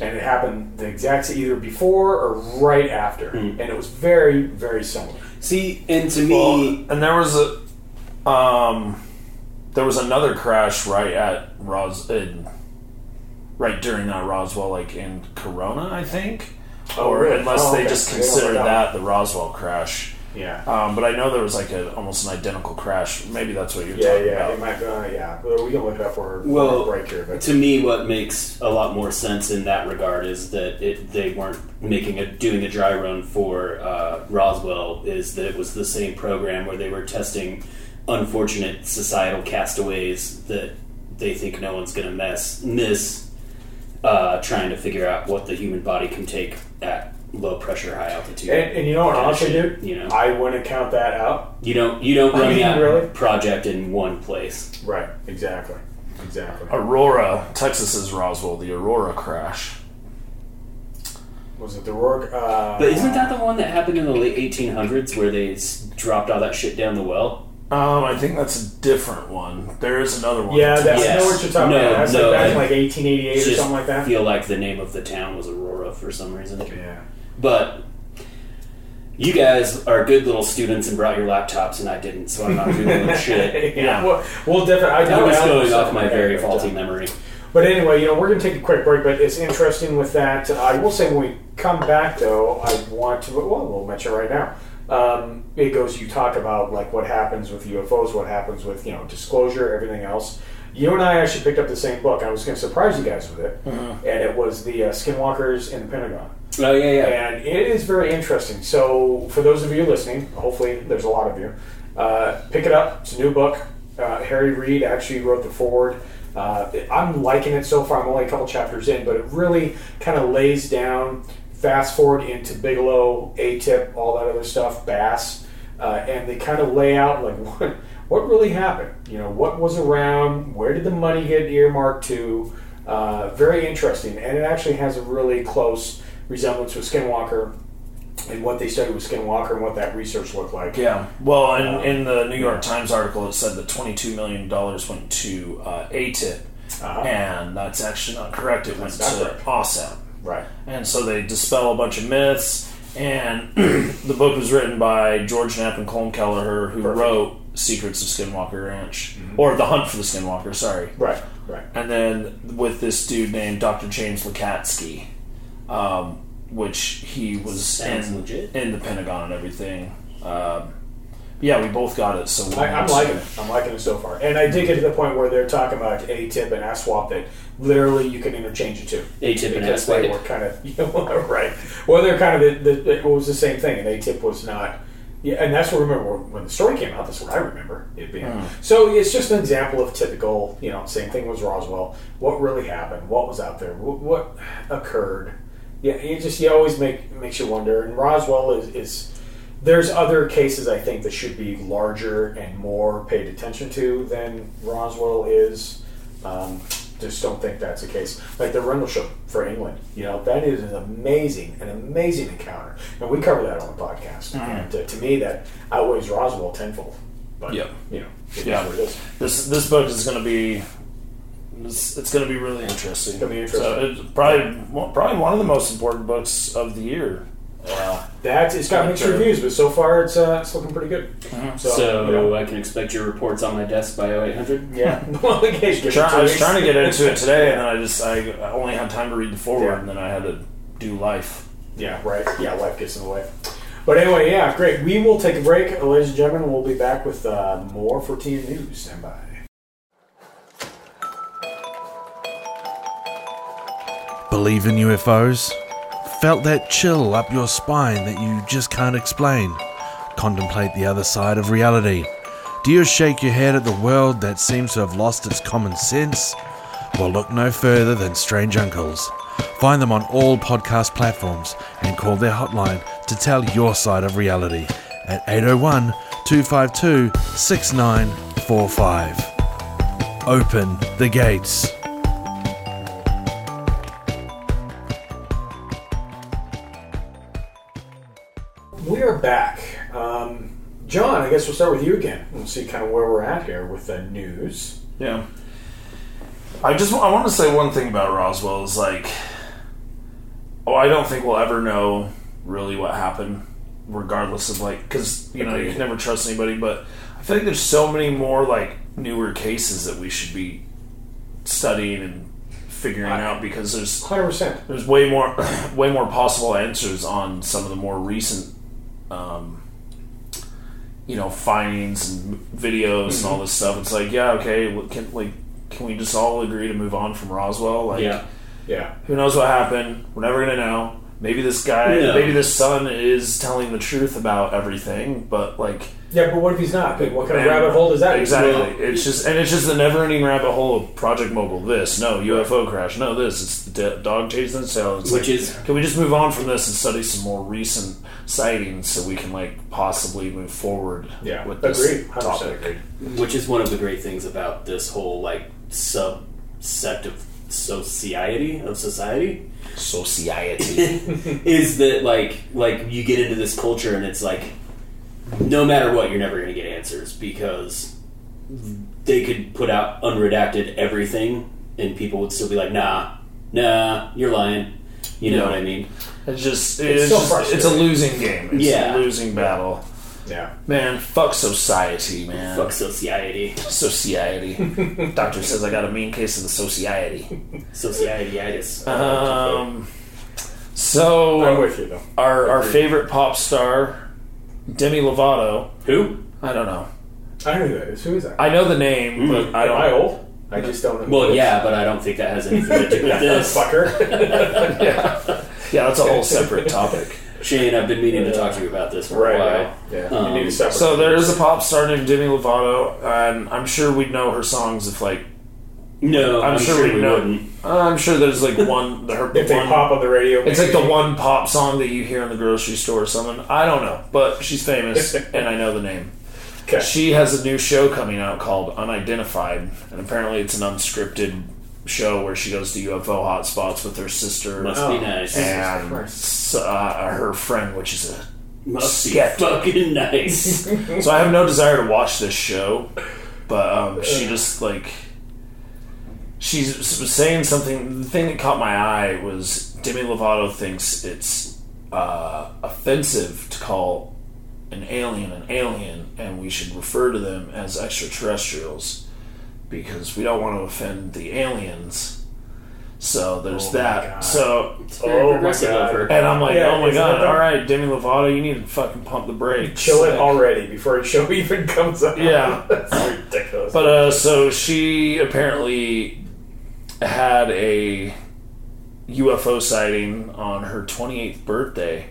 [SPEAKER 6] And it happened the exact either before or right after, and it was very, very similar.
[SPEAKER 8] See, and to me,
[SPEAKER 7] Well, and there was a, um, there was another crash right at Ros, in, right during that Roswell, like in Corona, I think, or
[SPEAKER 6] really?
[SPEAKER 7] unless
[SPEAKER 6] Oh,
[SPEAKER 7] they
[SPEAKER 6] okay.
[SPEAKER 7] just
[SPEAKER 6] They don't Uh, put
[SPEAKER 7] considered
[SPEAKER 6] that one.
[SPEAKER 7] that the Roswell crash.
[SPEAKER 6] Yeah.
[SPEAKER 7] Um, but I know there was like a almost an identical crash. Maybe that's what you're
[SPEAKER 6] Yeah,
[SPEAKER 7] talking
[SPEAKER 6] yeah, it
[SPEAKER 7] about.
[SPEAKER 6] might. Uh, yeah, Well, we can look it up for
[SPEAKER 8] Well,
[SPEAKER 6] well, break here. But
[SPEAKER 8] to me, what makes a lot more sense in that regard is that it, they weren't making a doing a dry run for uh, Roswell. Is that it was the same program where they were testing unfortunate societal castaways that they think no one's going to mess miss, uh, trying to figure out what the human body can take at low pressure, high altitude.
[SPEAKER 6] and, and you know what, honestly, dude,
[SPEAKER 8] You know.
[SPEAKER 6] I wouldn't count that out.
[SPEAKER 8] you don't you don't
[SPEAKER 6] I
[SPEAKER 8] run
[SPEAKER 6] mean,
[SPEAKER 8] that
[SPEAKER 6] really?
[SPEAKER 8] project in one place.
[SPEAKER 6] Right. Exactly. Exactly.
[SPEAKER 7] Aurora, Texas's Roswell, the Aurora crash.
[SPEAKER 6] Was it the Rourke? Uh,
[SPEAKER 8] But isn't that the one that happened in the late 1800s where they s- dropped all that shit down the well?
[SPEAKER 7] Um, I think that's a different one. There is another one.
[SPEAKER 6] yeah, that's I
[SPEAKER 8] Yes.
[SPEAKER 6] know what you're talking
[SPEAKER 8] No,
[SPEAKER 6] about. That's
[SPEAKER 8] no,
[SPEAKER 6] like back
[SPEAKER 8] I
[SPEAKER 6] in like 1888 or
[SPEAKER 8] Just
[SPEAKER 6] something like that.
[SPEAKER 8] feel like the name of the town was Aurora for some reason.
[SPEAKER 6] yeah.
[SPEAKER 8] But you guys are good little students and brought your laptops, and I didn't, so I'm not Googling shit.
[SPEAKER 6] Yeah, Well, we'll definitely. I
[SPEAKER 8] I
[SPEAKER 6] know
[SPEAKER 8] was
[SPEAKER 6] Alan
[SPEAKER 8] going off
[SPEAKER 6] something
[SPEAKER 8] my
[SPEAKER 6] like that,
[SPEAKER 8] very
[SPEAKER 6] but,
[SPEAKER 8] faulty
[SPEAKER 6] uh,
[SPEAKER 8] memory.
[SPEAKER 6] But anyway, you know, we're going to take a quick break, but it's interesting with that. I will say when we come back, though, I want to, well, we'll mention right now. um, it goes you talk about like what happens with ufos what happens with you know disclosure everything else you and i actually picked up the same book i was going to surprise you guys with it and it was the uh, skinwalkers in the pentagon
[SPEAKER 8] Oh yeah, yeah.
[SPEAKER 6] and it is very interesting. So, for those of you listening, hopefully there's a lot of you, uh, pick it up. It's a new book. Uh, Harry Reid actually wrote the foreword. Uh, I'm liking it so far. I'm only a couple chapters in, but it really kind of lays down, fast forward into Bigelow, ATIP, all that other stuff, Bass, uh, and they kind of lay out like what, what really happened. You know, what was around, where did the money get earmarked to? Uh, very interesting, and it actually has a really close resemblance with Skinwalker and what they studied with Skinwalker and what that research looked like.
[SPEAKER 7] Yeah. Well, in, in the New York Times article, it said that $22 million went to uh, ATIP,
[SPEAKER 6] Uh-huh.
[SPEAKER 7] and that's actually not correct. It went
[SPEAKER 6] not
[SPEAKER 7] to
[SPEAKER 6] correct.
[SPEAKER 7] OSAP.
[SPEAKER 6] Right.
[SPEAKER 7] And so they dispel a bunch of myths. And the book was written by George Knapp and Colm Kelleher, who wrote Secrets of Skinwalker Ranch, or The Hunt for the Skinwalker, sorry.
[SPEAKER 6] Mm-hmm. Right. Right.
[SPEAKER 7] And then with this dude named Dr. James Lukatsky, um, which he was
[SPEAKER 8] Sounds
[SPEAKER 7] in,
[SPEAKER 8] legit.
[SPEAKER 7] in the Pentagon and everything. Um, yeah, we both got it. So
[SPEAKER 6] I, I'm liking it. I'm liking it so far. And I did get to the point where they're talking about a tip and ASWAP that literally you can interchange it too.
[SPEAKER 8] A tip and
[SPEAKER 6] Because
[SPEAKER 8] ass
[SPEAKER 6] they were kind of, you know, right. Well, they're kind of, the, the, it was the same thing, and A tip was not. Yeah, and that's what I remember when the story came out. That's what I remember it being. So it's just an example of typical, you know, same thing was Roswell. What really happened? What was out there? What, what occurred? Yeah, it just you always make makes you wonder. And Roswell is is there's other cases I think that should be larger and more paid attention to than Roswell is. Um, just don't think that's the case. Like the Rendlesham for England, you know, that is an amazing, an amazing encounter, and we cover that on the podcast.
[SPEAKER 7] Mm-hmm.
[SPEAKER 6] And uh, to, to me, that outweighs Roswell tenfold. But
[SPEAKER 7] Yep.
[SPEAKER 6] you know, it is
[SPEAKER 7] Yeah.
[SPEAKER 6] what it is.
[SPEAKER 7] This this book is going to be it's, it's going to be really interesting.
[SPEAKER 6] gonna be interesting.
[SPEAKER 7] So it's probably one- probably one of the most important books of the year. Wow.
[SPEAKER 6] That it's got mixed
[SPEAKER 7] Sure.
[SPEAKER 6] reviews, but so far it's uh, it's looking pretty good.
[SPEAKER 7] Mm-hmm.
[SPEAKER 6] So, you
[SPEAKER 8] So
[SPEAKER 7] uh,
[SPEAKER 6] know,
[SPEAKER 8] I can expect your reports on my desk by 0800.
[SPEAKER 6] yeah, well, in case you give it
[SPEAKER 7] Try-
[SPEAKER 6] two
[SPEAKER 7] I was
[SPEAKER 6] weeks.
[SPEAKER 7] trying to get into it today, and then I just I I only had time to read the forward,
[SPEAKER 6] Yeah.
[SPEAKER 7] and then I had to do life.
[SPEAKER 6] Yeah, right. Yeah, life gets in the way. But anyway, yeah, great. We will take a break, ladies and gentlemen. We'll be back with uh, more for TN News. Stand by.
[SPEAKER 1] Believe in UFOs? Felt that chill up your spine that you just can't explain? Contemplate the other side of reality. Do you shake your head at the world that seems to have lost its common sense? Well, look no further than Strange Uncles. Find them on all podcast platforms and call their hotline to tell your side of reality at 801 252 6945. Open the gates.
[SPEAKER 6] We are back. Um, John, I guess we'll start with you again. We'll see kind of where we're at here with the news.
[SPEAKER 7] Yeah. I just I want to say one thing about Roswell is like, oh, I don't think we'll ever know really what happened, regardless of like, because you know you can never trust anybody. But I feel like there's so many more like newer cases that we should be studying and figuring out because there's
[SPEAKER 6] 100%.
[SPEAKER 7] there's way more way more possible answers on some of the more recent um, you know findings and videos and all this stuff it's like yeah okay well, can like can we just all agree to move on from roswell like
[SPEAKER 8] Yeah.
[SPEAKER 6] Yeah.
[SPEAKER 7] who knows what happened we're never gonna know maybe this guy
[SPEAKER 8] Who knows?
[SPEAKER 7] maybe this son is telling the truth about everything but like
[SPEAKER 6] Yeah, but what if he's not? Like, what kind
[SPEAKER 7] and-
[SPEAKER 6] of rabbit hole is that?
[SPEAKER 7] Exactly. it's just and it's just the never-ending rabbit hole of Project Mogul. This, no UFO crash, no this. It's the de- dog chasing its tail. It's
[SPEAKER 8] Which
[SPEAKER 7] like,
[SPEAKER 8] is-
[SPEAKER 7] can we just move on from this and study some more recent sightings so we can like possibly move forward?
[SPEAKER 6] Yeah,
[SPEAKER 7] with this
[SPEAKER 6] agreed. 100%
[SPEAKER 7] topic.
[SPEAKER 6] agreed.
[SPEAKER 8] Which is one of the great things about this whole like subset of society of society.
[SPEAKER 7] Society.
[SPEAKER 8] is that like like you get into this culture and it's like no matter what you're never going to get answers because they could put out unredacted everything and people would still be like nah nah you're lying you know
[SPEAKER 7] Yeah.
[SPEAKER 8] what i mean
[SPEAKER 7] it's just
[SPEAKER 6] It's
[SPEAKER 7] it's,
[SPEAKER 6] so
[SPEAKER 7] just-
[SPEAKER 6] frustrating.
[SPEAKER 7] it's a losing game. It's a
[SPEAKER 8] Yeah.
[SPEAKER 7] losing battle.
[SPEAKER 6] Yeah.
[SPEAKER 7] Man, fuck society, man.
[SPEAKER 8] fuck society
[SPEAKER 7] society. Doctor says I got a mean case of the society.
[SPEAKER 8] societyitis
[SPEAKER 7] Um. So
[SPEAKER 6] I'm with you, though.
[SPEAKER 7] our our favorite pop star Demi Lovato.
[SPEAKER 8] Who?
[SPEAKER 7] I don't know.
[SPEAKER 6] I know who that is. Who is that?
[SPEAKER 7] I know the name, but I
[SPEAKER 6] Am
[SPEAKER 7] don't.
[SPEAKER 6] I old? I just don't know.
[SPEAKER 8] Well, yeah, but I don't think that has anything to do with this.
[SPEAKER 6] Fucker.
[SPEAKER 7] Yeah, that's a whole separate topic.
[SPEAKER 8] Shane, I've been meaning to talk to you about this for
[SPEAKER 6] right.
[SPEAKER 8] a while.
[SPEAKER 6] right. Yeah.
[SPEAKER 8] Um,
[SPEAKER 6] you need a separate.
[SPEAKER 7] So there is a pop star named Demi Lovato, and I'm sure we'd know her songs if like
[SPEAKER 8] No,
[SPEAKER 7] I'm, sure, we'd
[SPEAKER 8] we
[SPEAKER 7] know.
[SPEAKER 8] wouldn't.
[SPEAKER 7] I'm sure there's like one her
[SPEAKER 6] If they
[SPEAKER 7] one-
[SPEAKER 6] pop on the radio,
[SPEAKER 7] It's like
[SPEAKER 6] maybe.
[SPEAKER 7] the one pop song that you hear in the grocery store or something. I don't know, but she's famous and I know the name.
[SPEAKER 6] 'Kay.
[SPEAKER 7] She has a new show coming out called Unidentified, and apparently it's an unscripted show where she goes to UFO hotspots with her sister
[SPEAKER 8] Must be nice.
[SPEAKER 7] and
[SPEAKER 6] Christ.
[SPEAKER 7] uh, her friend, which is a.
[SPEAKER 8] Must be
[SPEAKER 7] sketch.
[SPEAKER 8] fucking nice.
[SPEAKER 6] Oh
[SPEAKER 7] So I have no desire to watch this show, but um, she just like she's was saying something. The thing that caught my eye was Demi Lovato thinks it's uh, offensive to call an alien an alien, and we should refer to them as extraterrestrials because we don't want to offend the aliens. So there's
[SPEAKER 6] Oh my
[SPEAKER 7] that.
[SPEAKER 6] God.
[SPEAKER 7] so
[SPEAKER 8] Very
[SPEAKER 6] Oh my
[SPEAKER 8] progressive
[SPEAKER 6] God.
[SPEAKER 8] of her.
[SPEAKER 7] and I'm like,
[SPEAKER 6] Yeah,
[SPEAKER 7] oh my
[SPEAKER 6] isn't
[SPEAKER 7] god!
[SPEAKER 6] that the-
[SPEAKER 7] All right, Demi Lovato, you need to fucking pump the brakes.
[SPEAKER 6] Kill it
[SPEAKER 7] Like,
[SPEAKER 6] already before the show even comes up.
[SPEAKER 7] Yeah.
[SPEAKER 6] That's ridiculous.
[SPEAKER 7] But uh, so she apparently had a UFO sighting on her 28th birthday.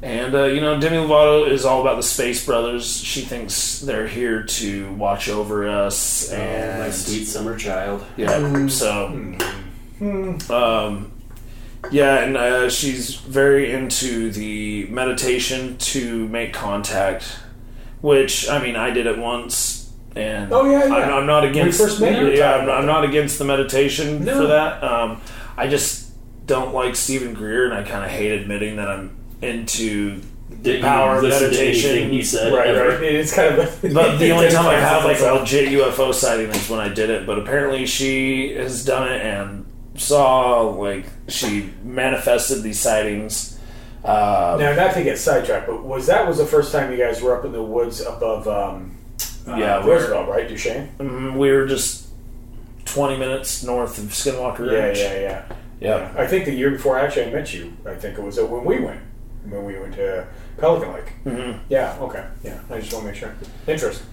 [SPEAKER 7] And, uh, you know, Demi Lovato is all about the Space Brothers. She thinks they're here to watch over us.
[SPEAKER 8] Oh,
[SPEAKER 7] And,
[SPEAKER 8] my sweet summer child.
[SPEAKER 7] yeah,
[SPEAKER 6] Mm.
[SPEAKER 7] so. Um, yeah, and uh, she's very into the meditation to make contact, which, I mean, I did it once. And
[SPEAKER 6] Oh, yeah, yeah.
[SPEAKER 7] I'm, I'm not against.
[SPEAKER 6] first met, you were
[SPEAKER 7] yeah,
[SPEAKER 6] talking
[SPEAKER 7] I'm,
[SPEAKER 6] about
[SPEAKER 7] I'm not against the meditation
[SPEAKER 6] No.
[SPEAKER 7] for that. Um, I just don't like Stephen Greer, and I kind of hate admitting that I'm into.
[SPEAKER 8] Didn't
[SPEAKER 7] power of
[SPEAKER 8] listen
[SPEAKER 7] meditation.
[SPEAKER 8] To anything he said
[SPEAKER 6] right,
[SPEAKER 8] ever.
[SPEAKER 6] right. It's kind of.
[SPEAKER 7] But the only time I've had like a legit UFO sighting is when I did it. But apparently, she has done it and saw like she manifested these sightings. Uh,
[SPEAKER 6] Now, not to get sidetracked, but was that was the first time you guys were up in the woods above? Um, uh,
[SPEAKER 7] Yeah, we were.
[SPEAKER 6] Roosevelt, right? Duchesne.
[SPEAKER 7] we were just twenty minutes north of Skinwalker
[SPEAKER 6] Yeah,
[SPEAKER 7] Ranch.
[SPEAKER 6] yeah, yeah.
[SPEAKER 7] yeah.
[SPEAKER 6] I think the year before, actually, I met you. I think it was uh, when we went, when we went to Pelican Lake. Mm-hmm. Yeah. Okay. Yeah. I just want to make sure. Interesting.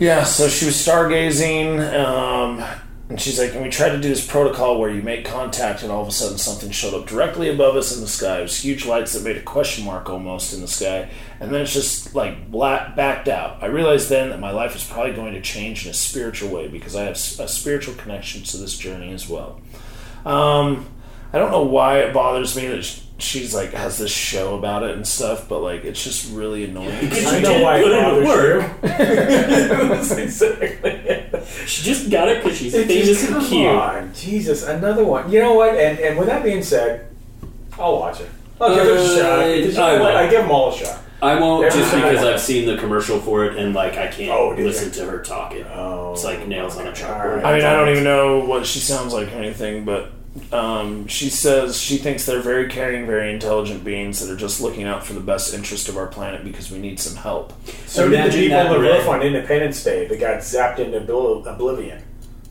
[SPEAKER 7] Yeah, so she was stargazing, um, and she's like, and we tried to do this protocol where you make contact, and all of a sudden something showed up directly above us in the sky. It was huge lights that made a question mark almost in the sky, and then it's just like black backed out. I realized then that my life is probably going to change in a spiritual way because I have s- a spiritual connection to this journey as well. Um, I don't know why it bothers me that sh- she's like has this show about it and stuff, but like it's just really annoying.
[SPEAKER 8] Because
[SPEAKER 6] I
[SPEAKER 8] you
[SPEAKER 6] know
[SPEAKER 8] did
[SPEAKER 6] why it
[SPEAKER 8] put in
[SPEAKER 6] bothers
[SPEAKER 8] work.
[SPEAKER 6] That's exactly.
[SPEAKER 8] She just got it because she's
[SPEAKER 6] It
[SPEAKER 8] famous
[SPEAKER 6] just-
[SPEAKER 8] and
[SPEAKER 6] come
[SPEAKER 8] cute.
[SPEAKER 6] on, Jesus, another one. You know what? And and with that being said, I'll watch it. I'll give it a
[SPEAKER 8] Uh,
[SPEAKER 7] oh.
[SPEAKER 6] shot. Because you
[SPEAKER 8] I
[SPEAKER 6] know what?
[SPEAKER 8] will.
[SPEAKER 6] I give them all a shot.
[SPEAKER 8] I won't
[SPEAKER 6] Every
[SPEAKER 8] just
[SPEAKER 6] time I
[SPEAKER 8] because
[SPEAKER 6] watch-
[SPEAKER 8] I've seen the commercial for it and like I can't
[SPEAKER 6] Oh, did
[SPEAKER 8] listen to her talking.
[SPEAKER 6] Oh,
[SPEAKER 8] It's like nails on a chalkboard.
[SPEAKER 6] Alright.
[SPEAKER 7] I mean, I don't even know what she sounds like or anything, but um, she says she thinks they're very caring, very intelligent beings that are just looking out for the best interest of our planet because we need some help.
[SPEAKER 6] So did the
[SPEAKER 8] Imagine
[SPEAKER 6] people
[SPEAKER 8] that
[SPEAKER 6] on the
[SPEAKER 8] red.
[SPEAKER 6] roof on Independence Day that got zapped into obli- oblivion.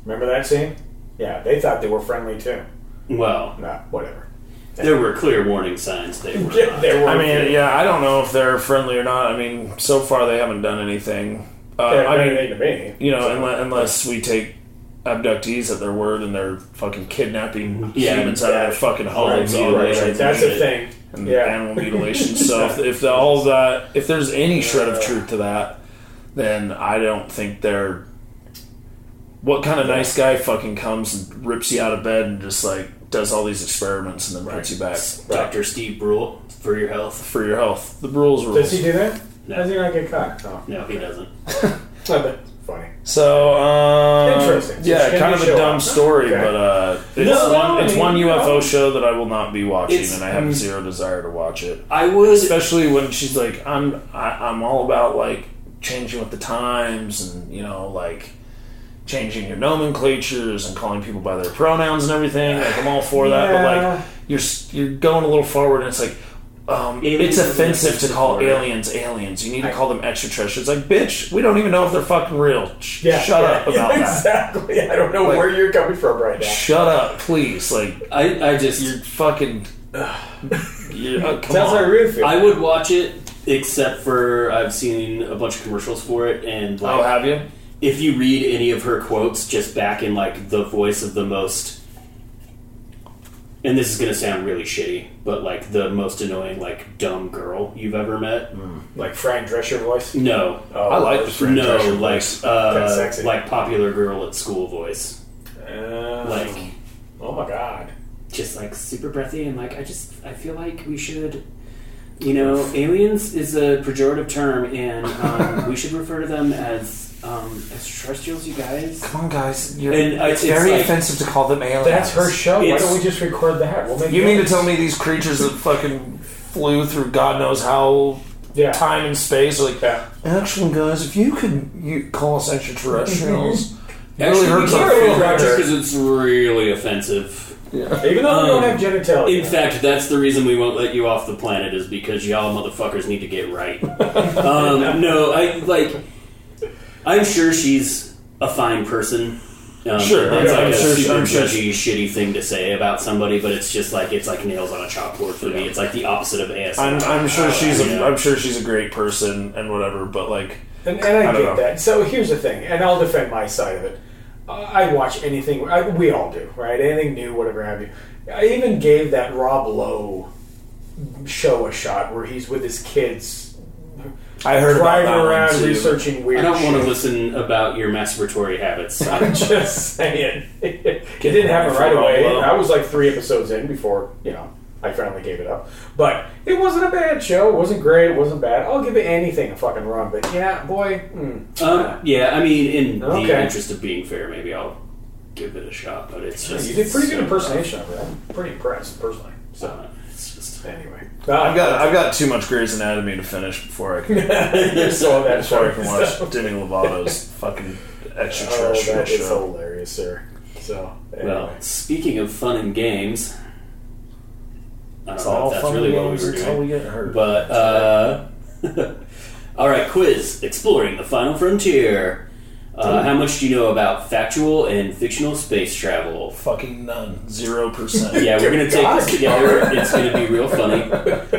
[SPEAKER 6] Remember that scene? Yeah, they thought they were friendly too.
[SPEAKER 8] Well,
[SPEAKER 6] Nah, whatever.
[SPEAKER 8] there were clear warning signs. They were.
[SPEAKER 6] Yeah,
[SPEAKER 8] not.
[SPEAKER 6] they were.
[SPEAKER 7] I mean, yeah, I don't know if they're friendly or not. I mean, so far they haven't done anything. Uh,
[SPEAKER 6] That
[SPEAKER 7] I mean,
[SPEAKER 6] anything to me.
[SPEAKER 7] you know, unless, unless we take abductees at their word and they're fucking kidnapping
[SPEAKER 8] Yeah,
[SPEAKER 7] humans out of their fucking homes
[SPEAKER 8] Right,
[SPEAKER 7] already.
[SPEAKER 8] right, right.
[SPEAKER 6] That's a
[SPEAKER 8] Shit.
[SPEAKER 6] thing.
[SPEAKER 7] and
[SPEAKER 6] Yeah.
[SPEAKER 7] animal mutilation. So if, if the, all that, if there's any shred of truth to that, then I don't think they're. What kind of nice guy fucking comes and rips you out of bed and just like does all these experiments and then puts you back
[SPEAKER 8] Dr. Steve Brule for your health.
[SPEAKER 7] for your health? The rules,
[SPEAKER 6] Does
[SPEAKER 7] rules.
[SPEAKER 6] he do that?
[SPEAKER 8] No.
[SPEAKER 6] How does he not get caught? Oh,
[SPEAKER 8] No, he doesn't.
[SPEAKER 6] that's funny.
[SPEAKER 7] so um,
[SPEAKER 6] Interesting. Just
[SPEAKER 7] Yeah, kind of
[SPEAKER 6] change
[SPEAKER 7] a
[SPEAKER 6] the show
[SPEAKER 7] dumb
[SPEAKER 6] up.
[SPEAKER 7] story,
[SPEAKER 6] Okay.
[SPEAKER 7] but uh, it's
[SPEAKER 8] No,
[SPEAKER 7] one,
[SPEAKER 8] no,
[SPEAKER 7] it's
[SPEAKER 8] I mean,
[SPEAKER 7] one UFO
[SPEAKER 8] no.
[SPEAKER 7] show that I will not be watching,
[SPEAKER 8] It's- mm.
[SPEAKER 7] and I have zero desire to watch it.
[SPEAKER 8] I would.
[SPEAKER 7] especially when she's like i'm I, i'm all about like changing with the times and you know like changing your nomenclatures and calling people by their pronouns and everything like i'm all for that but
[SPEAKER 6] Yeah.
[SPEAKER 7] like you're s- you're going a little forward and it's like um, it's
[SPEAKER 8] Aliens is
[SPEAKER 7] offensive to call
[SPEAKER 8] word.
[SPEAKER 7] aliens aliens. You need to call them extraterrestrials. It's like, bitch, we don't even know if they're fucking real. Sh-
[SPEAKER 6] Yeah,
[SPEAKER 7] Shut
[SPEAKER 6] yeah,
[SPEAKER 7] up about
[SPEAKER 6] yeah,
[SPEAKER 7] that.
[SPEAKER 6] Exactly. I don't know where you're coming from right now.
[SPEAKER 7] Shut up, please. Like,
[SPEAKER 8] I, I just.
[SPEAKER 7] you're fucking. you're, uh, come
[SPEAKER 6] That's
[SPEAKER 7] on.
[SPEAKER 6] how I really feel.
[SPEAKER 8] I would watch it except for I've seen a bunch of commercials for it, and like,
[SPEAKER 7] Oh, have you?
[SPEAKER 8] if you read any of her quotes just back in like the voice of the most and this is going to sound really shitty but like the most annoying like dumb girl you've ever met
[SPEAKER 6] Like Frank Drescher voice.
[SPEAKER 8] no
[SPEAKER 6] Oh,
[SPEAKER 7] Mm-hmm. I like the Fran
[SPEAKER 8] no
[SPEAKER 7] Drescher
[SPEAKER 8] like
[SPEAKER 7] voice.
[SPEAKER 6] Kinda
[SPEAKER 8] uh,
[SPEAKER 6] sexy.
[SPEAKER 8] like popular girl at school voice
[SPEAKER 6] Uh,
[SPEAKER 8] like
[SPEAKER 6] oh my god.
[SPEAKER 8] just like super breathy and like i just i feel like we should you know aliens is a pejorative term and um, we should refer to them as um, extraterrestrials you guys
[SPEAKER 7] Come on, guys. You're,
[SPEAKER 8] And, uh,
[SPEAKER 7] it's,
[SPEAKER 8] it's
[SPEAKER 7] very
[SPEAKER 8] like-
[SPEAKER 7] offensive to call them aliens.
[SPEAKER 6] That's her show. Why
[SPEAKER 8] It's-
[SPEAKER 6] don't we just record that? We'll make
[SPEAKER 7] You mean to
[SPEAKER 6] notes.
[SPEAKER 7] tell me these creatures that fucking flew through God knows how
[SPEAKER 6] Yeah.
[SPEAKER 7] time and space are like,
[SPEAKER 6] Yeah.
[SPEAKER 7] actually, guys, if you could you call us extraterrestrials, it really
[SPEAKER 8] Actually,
[SPEAKER 7] hurts
[SPEAKER 8] we
[SPEAKER 7] our
[SPEAKER 6] can't.
[SPEAKER 7] feelings.
[SPEAKER 6] Roger.
[SPEAKER 8] because it's really offensive
[SPEAKER 6] Even though we don't
[SPEAKER 8] Um,
[SPEAKER 6] have genitalia.
[SPEAKER 8] In fact, that's the reason we won't let you off the planet is because y'all motherfuckers need to get right. um, no, I like. I'm sure she's a fine person. Um,
[SPEAKER 7] Sure,
[SPEAKER 8] that's
[SPEAKER 7] yeah,
[SPEAKER 8] like
[SPEAKER 7] I'm
[SPEAKER 8] a
[SPEAKER 7] sure she-
[SPEAKER 8] super
[SPEAKER 7] I'm sure
[SPEAKER 8] judgy, shitty thing to say about somebody, but it's just like it's like nails on a chalkboard for me. It's like the opposite of ASL.
[SPEAKER 7] I'm, I'm
[SPEAKER 6] Uh,
[SPEAKER 7] sure she's
[SPEAKER 8] Yeah.
[SPEAKER 7] a, I'm sure she's a great person and whatever, but like,
[SPEAKER 6] And, and I,
[SPEAKER 7] I don't
[SPEAKER 6] get
[SPEAKER 7] know.
[SPEAKER 6] that. So here's the thing, and I'll defend my side of it. Uh, I watch anything. I, we all do, right? Anything new, whatever have you. I even gave that Rob Lowe show a shot where he's with his kids
[SPEAKER 7] I heard about
[SPEAKER 6] driving
[SPEAKER 7] that one,
[SPEAKER 6] around
[SPEAKER 7] too.
[SPEAKER 6] researching weird.
[SPEAKER 8] I don't want to
[SPEAKER 6] shit.
[SPEAKER 8] listen about your masturbatory habits. Um,
[SPEAKER 6] I'm just saying. it didn't happen right away. I was like three episodes in before, you know, I finally gave it up. But it wasn't a bad show. It wasn't great. It wasn't bad. I'll give anything a fucking run. But yeah, boy. Mm.
[SPEAKER 8] Um, yeah, I mean, in the
[SPEAKER 6] Okay.
[SPEAKER 8] interest of being fair, maybe I'll give it a shot. But it's just
[SPEAKER 6] You did pretty good
[SPEAKER 8] so-
[SPEAKER 6] impersonation of it. I'm pretty impressed, personally. So, uh,
[SPEAKER 8] uh, It's just
[SPEAKER 6] anyway.
[SPEAKER 7] I've got I've got too much Grey's Anatomy to finish before I can
[SPEAKER 6] you saw that
[SPEAKER 7] before I
[SPEAKER 6] short
[SPEAKER 7] can watch Demi Lovato's fucking
[SPEAKER 6] Oh,
[SPEAKER 7] extraterrestrial
[SPEAKER 6] that is
[SPEAKER 7] show.
[SPEAKER 6] hilarious, sir. So, anyway.
[SPEAKER 8] Well, speaking of fun and games, I don't
[SPEAKER 7] It's
[SPEAKER 8] know
[SPEAKER 7] all
[SPEAKER 8] if that's
[SPEAKER 7] fun
[SPEAKER 8] really what we
[SPEAKER 7] games
[SPEAKER 8] were
[SPEAKER 7] until we
[SPEAKER 8] doing.
[SPEAKER 7] get hurt.
[SPEAKER 8] But, uh, all right, quiz exploring the final frontier. Uh, how much do you know about factual and fictional space travel?
[SPEAKER 7] fucking none, zero percent.
[SPEAKER 8] Yeah, we're gonna take this together. It's gonna be real funny.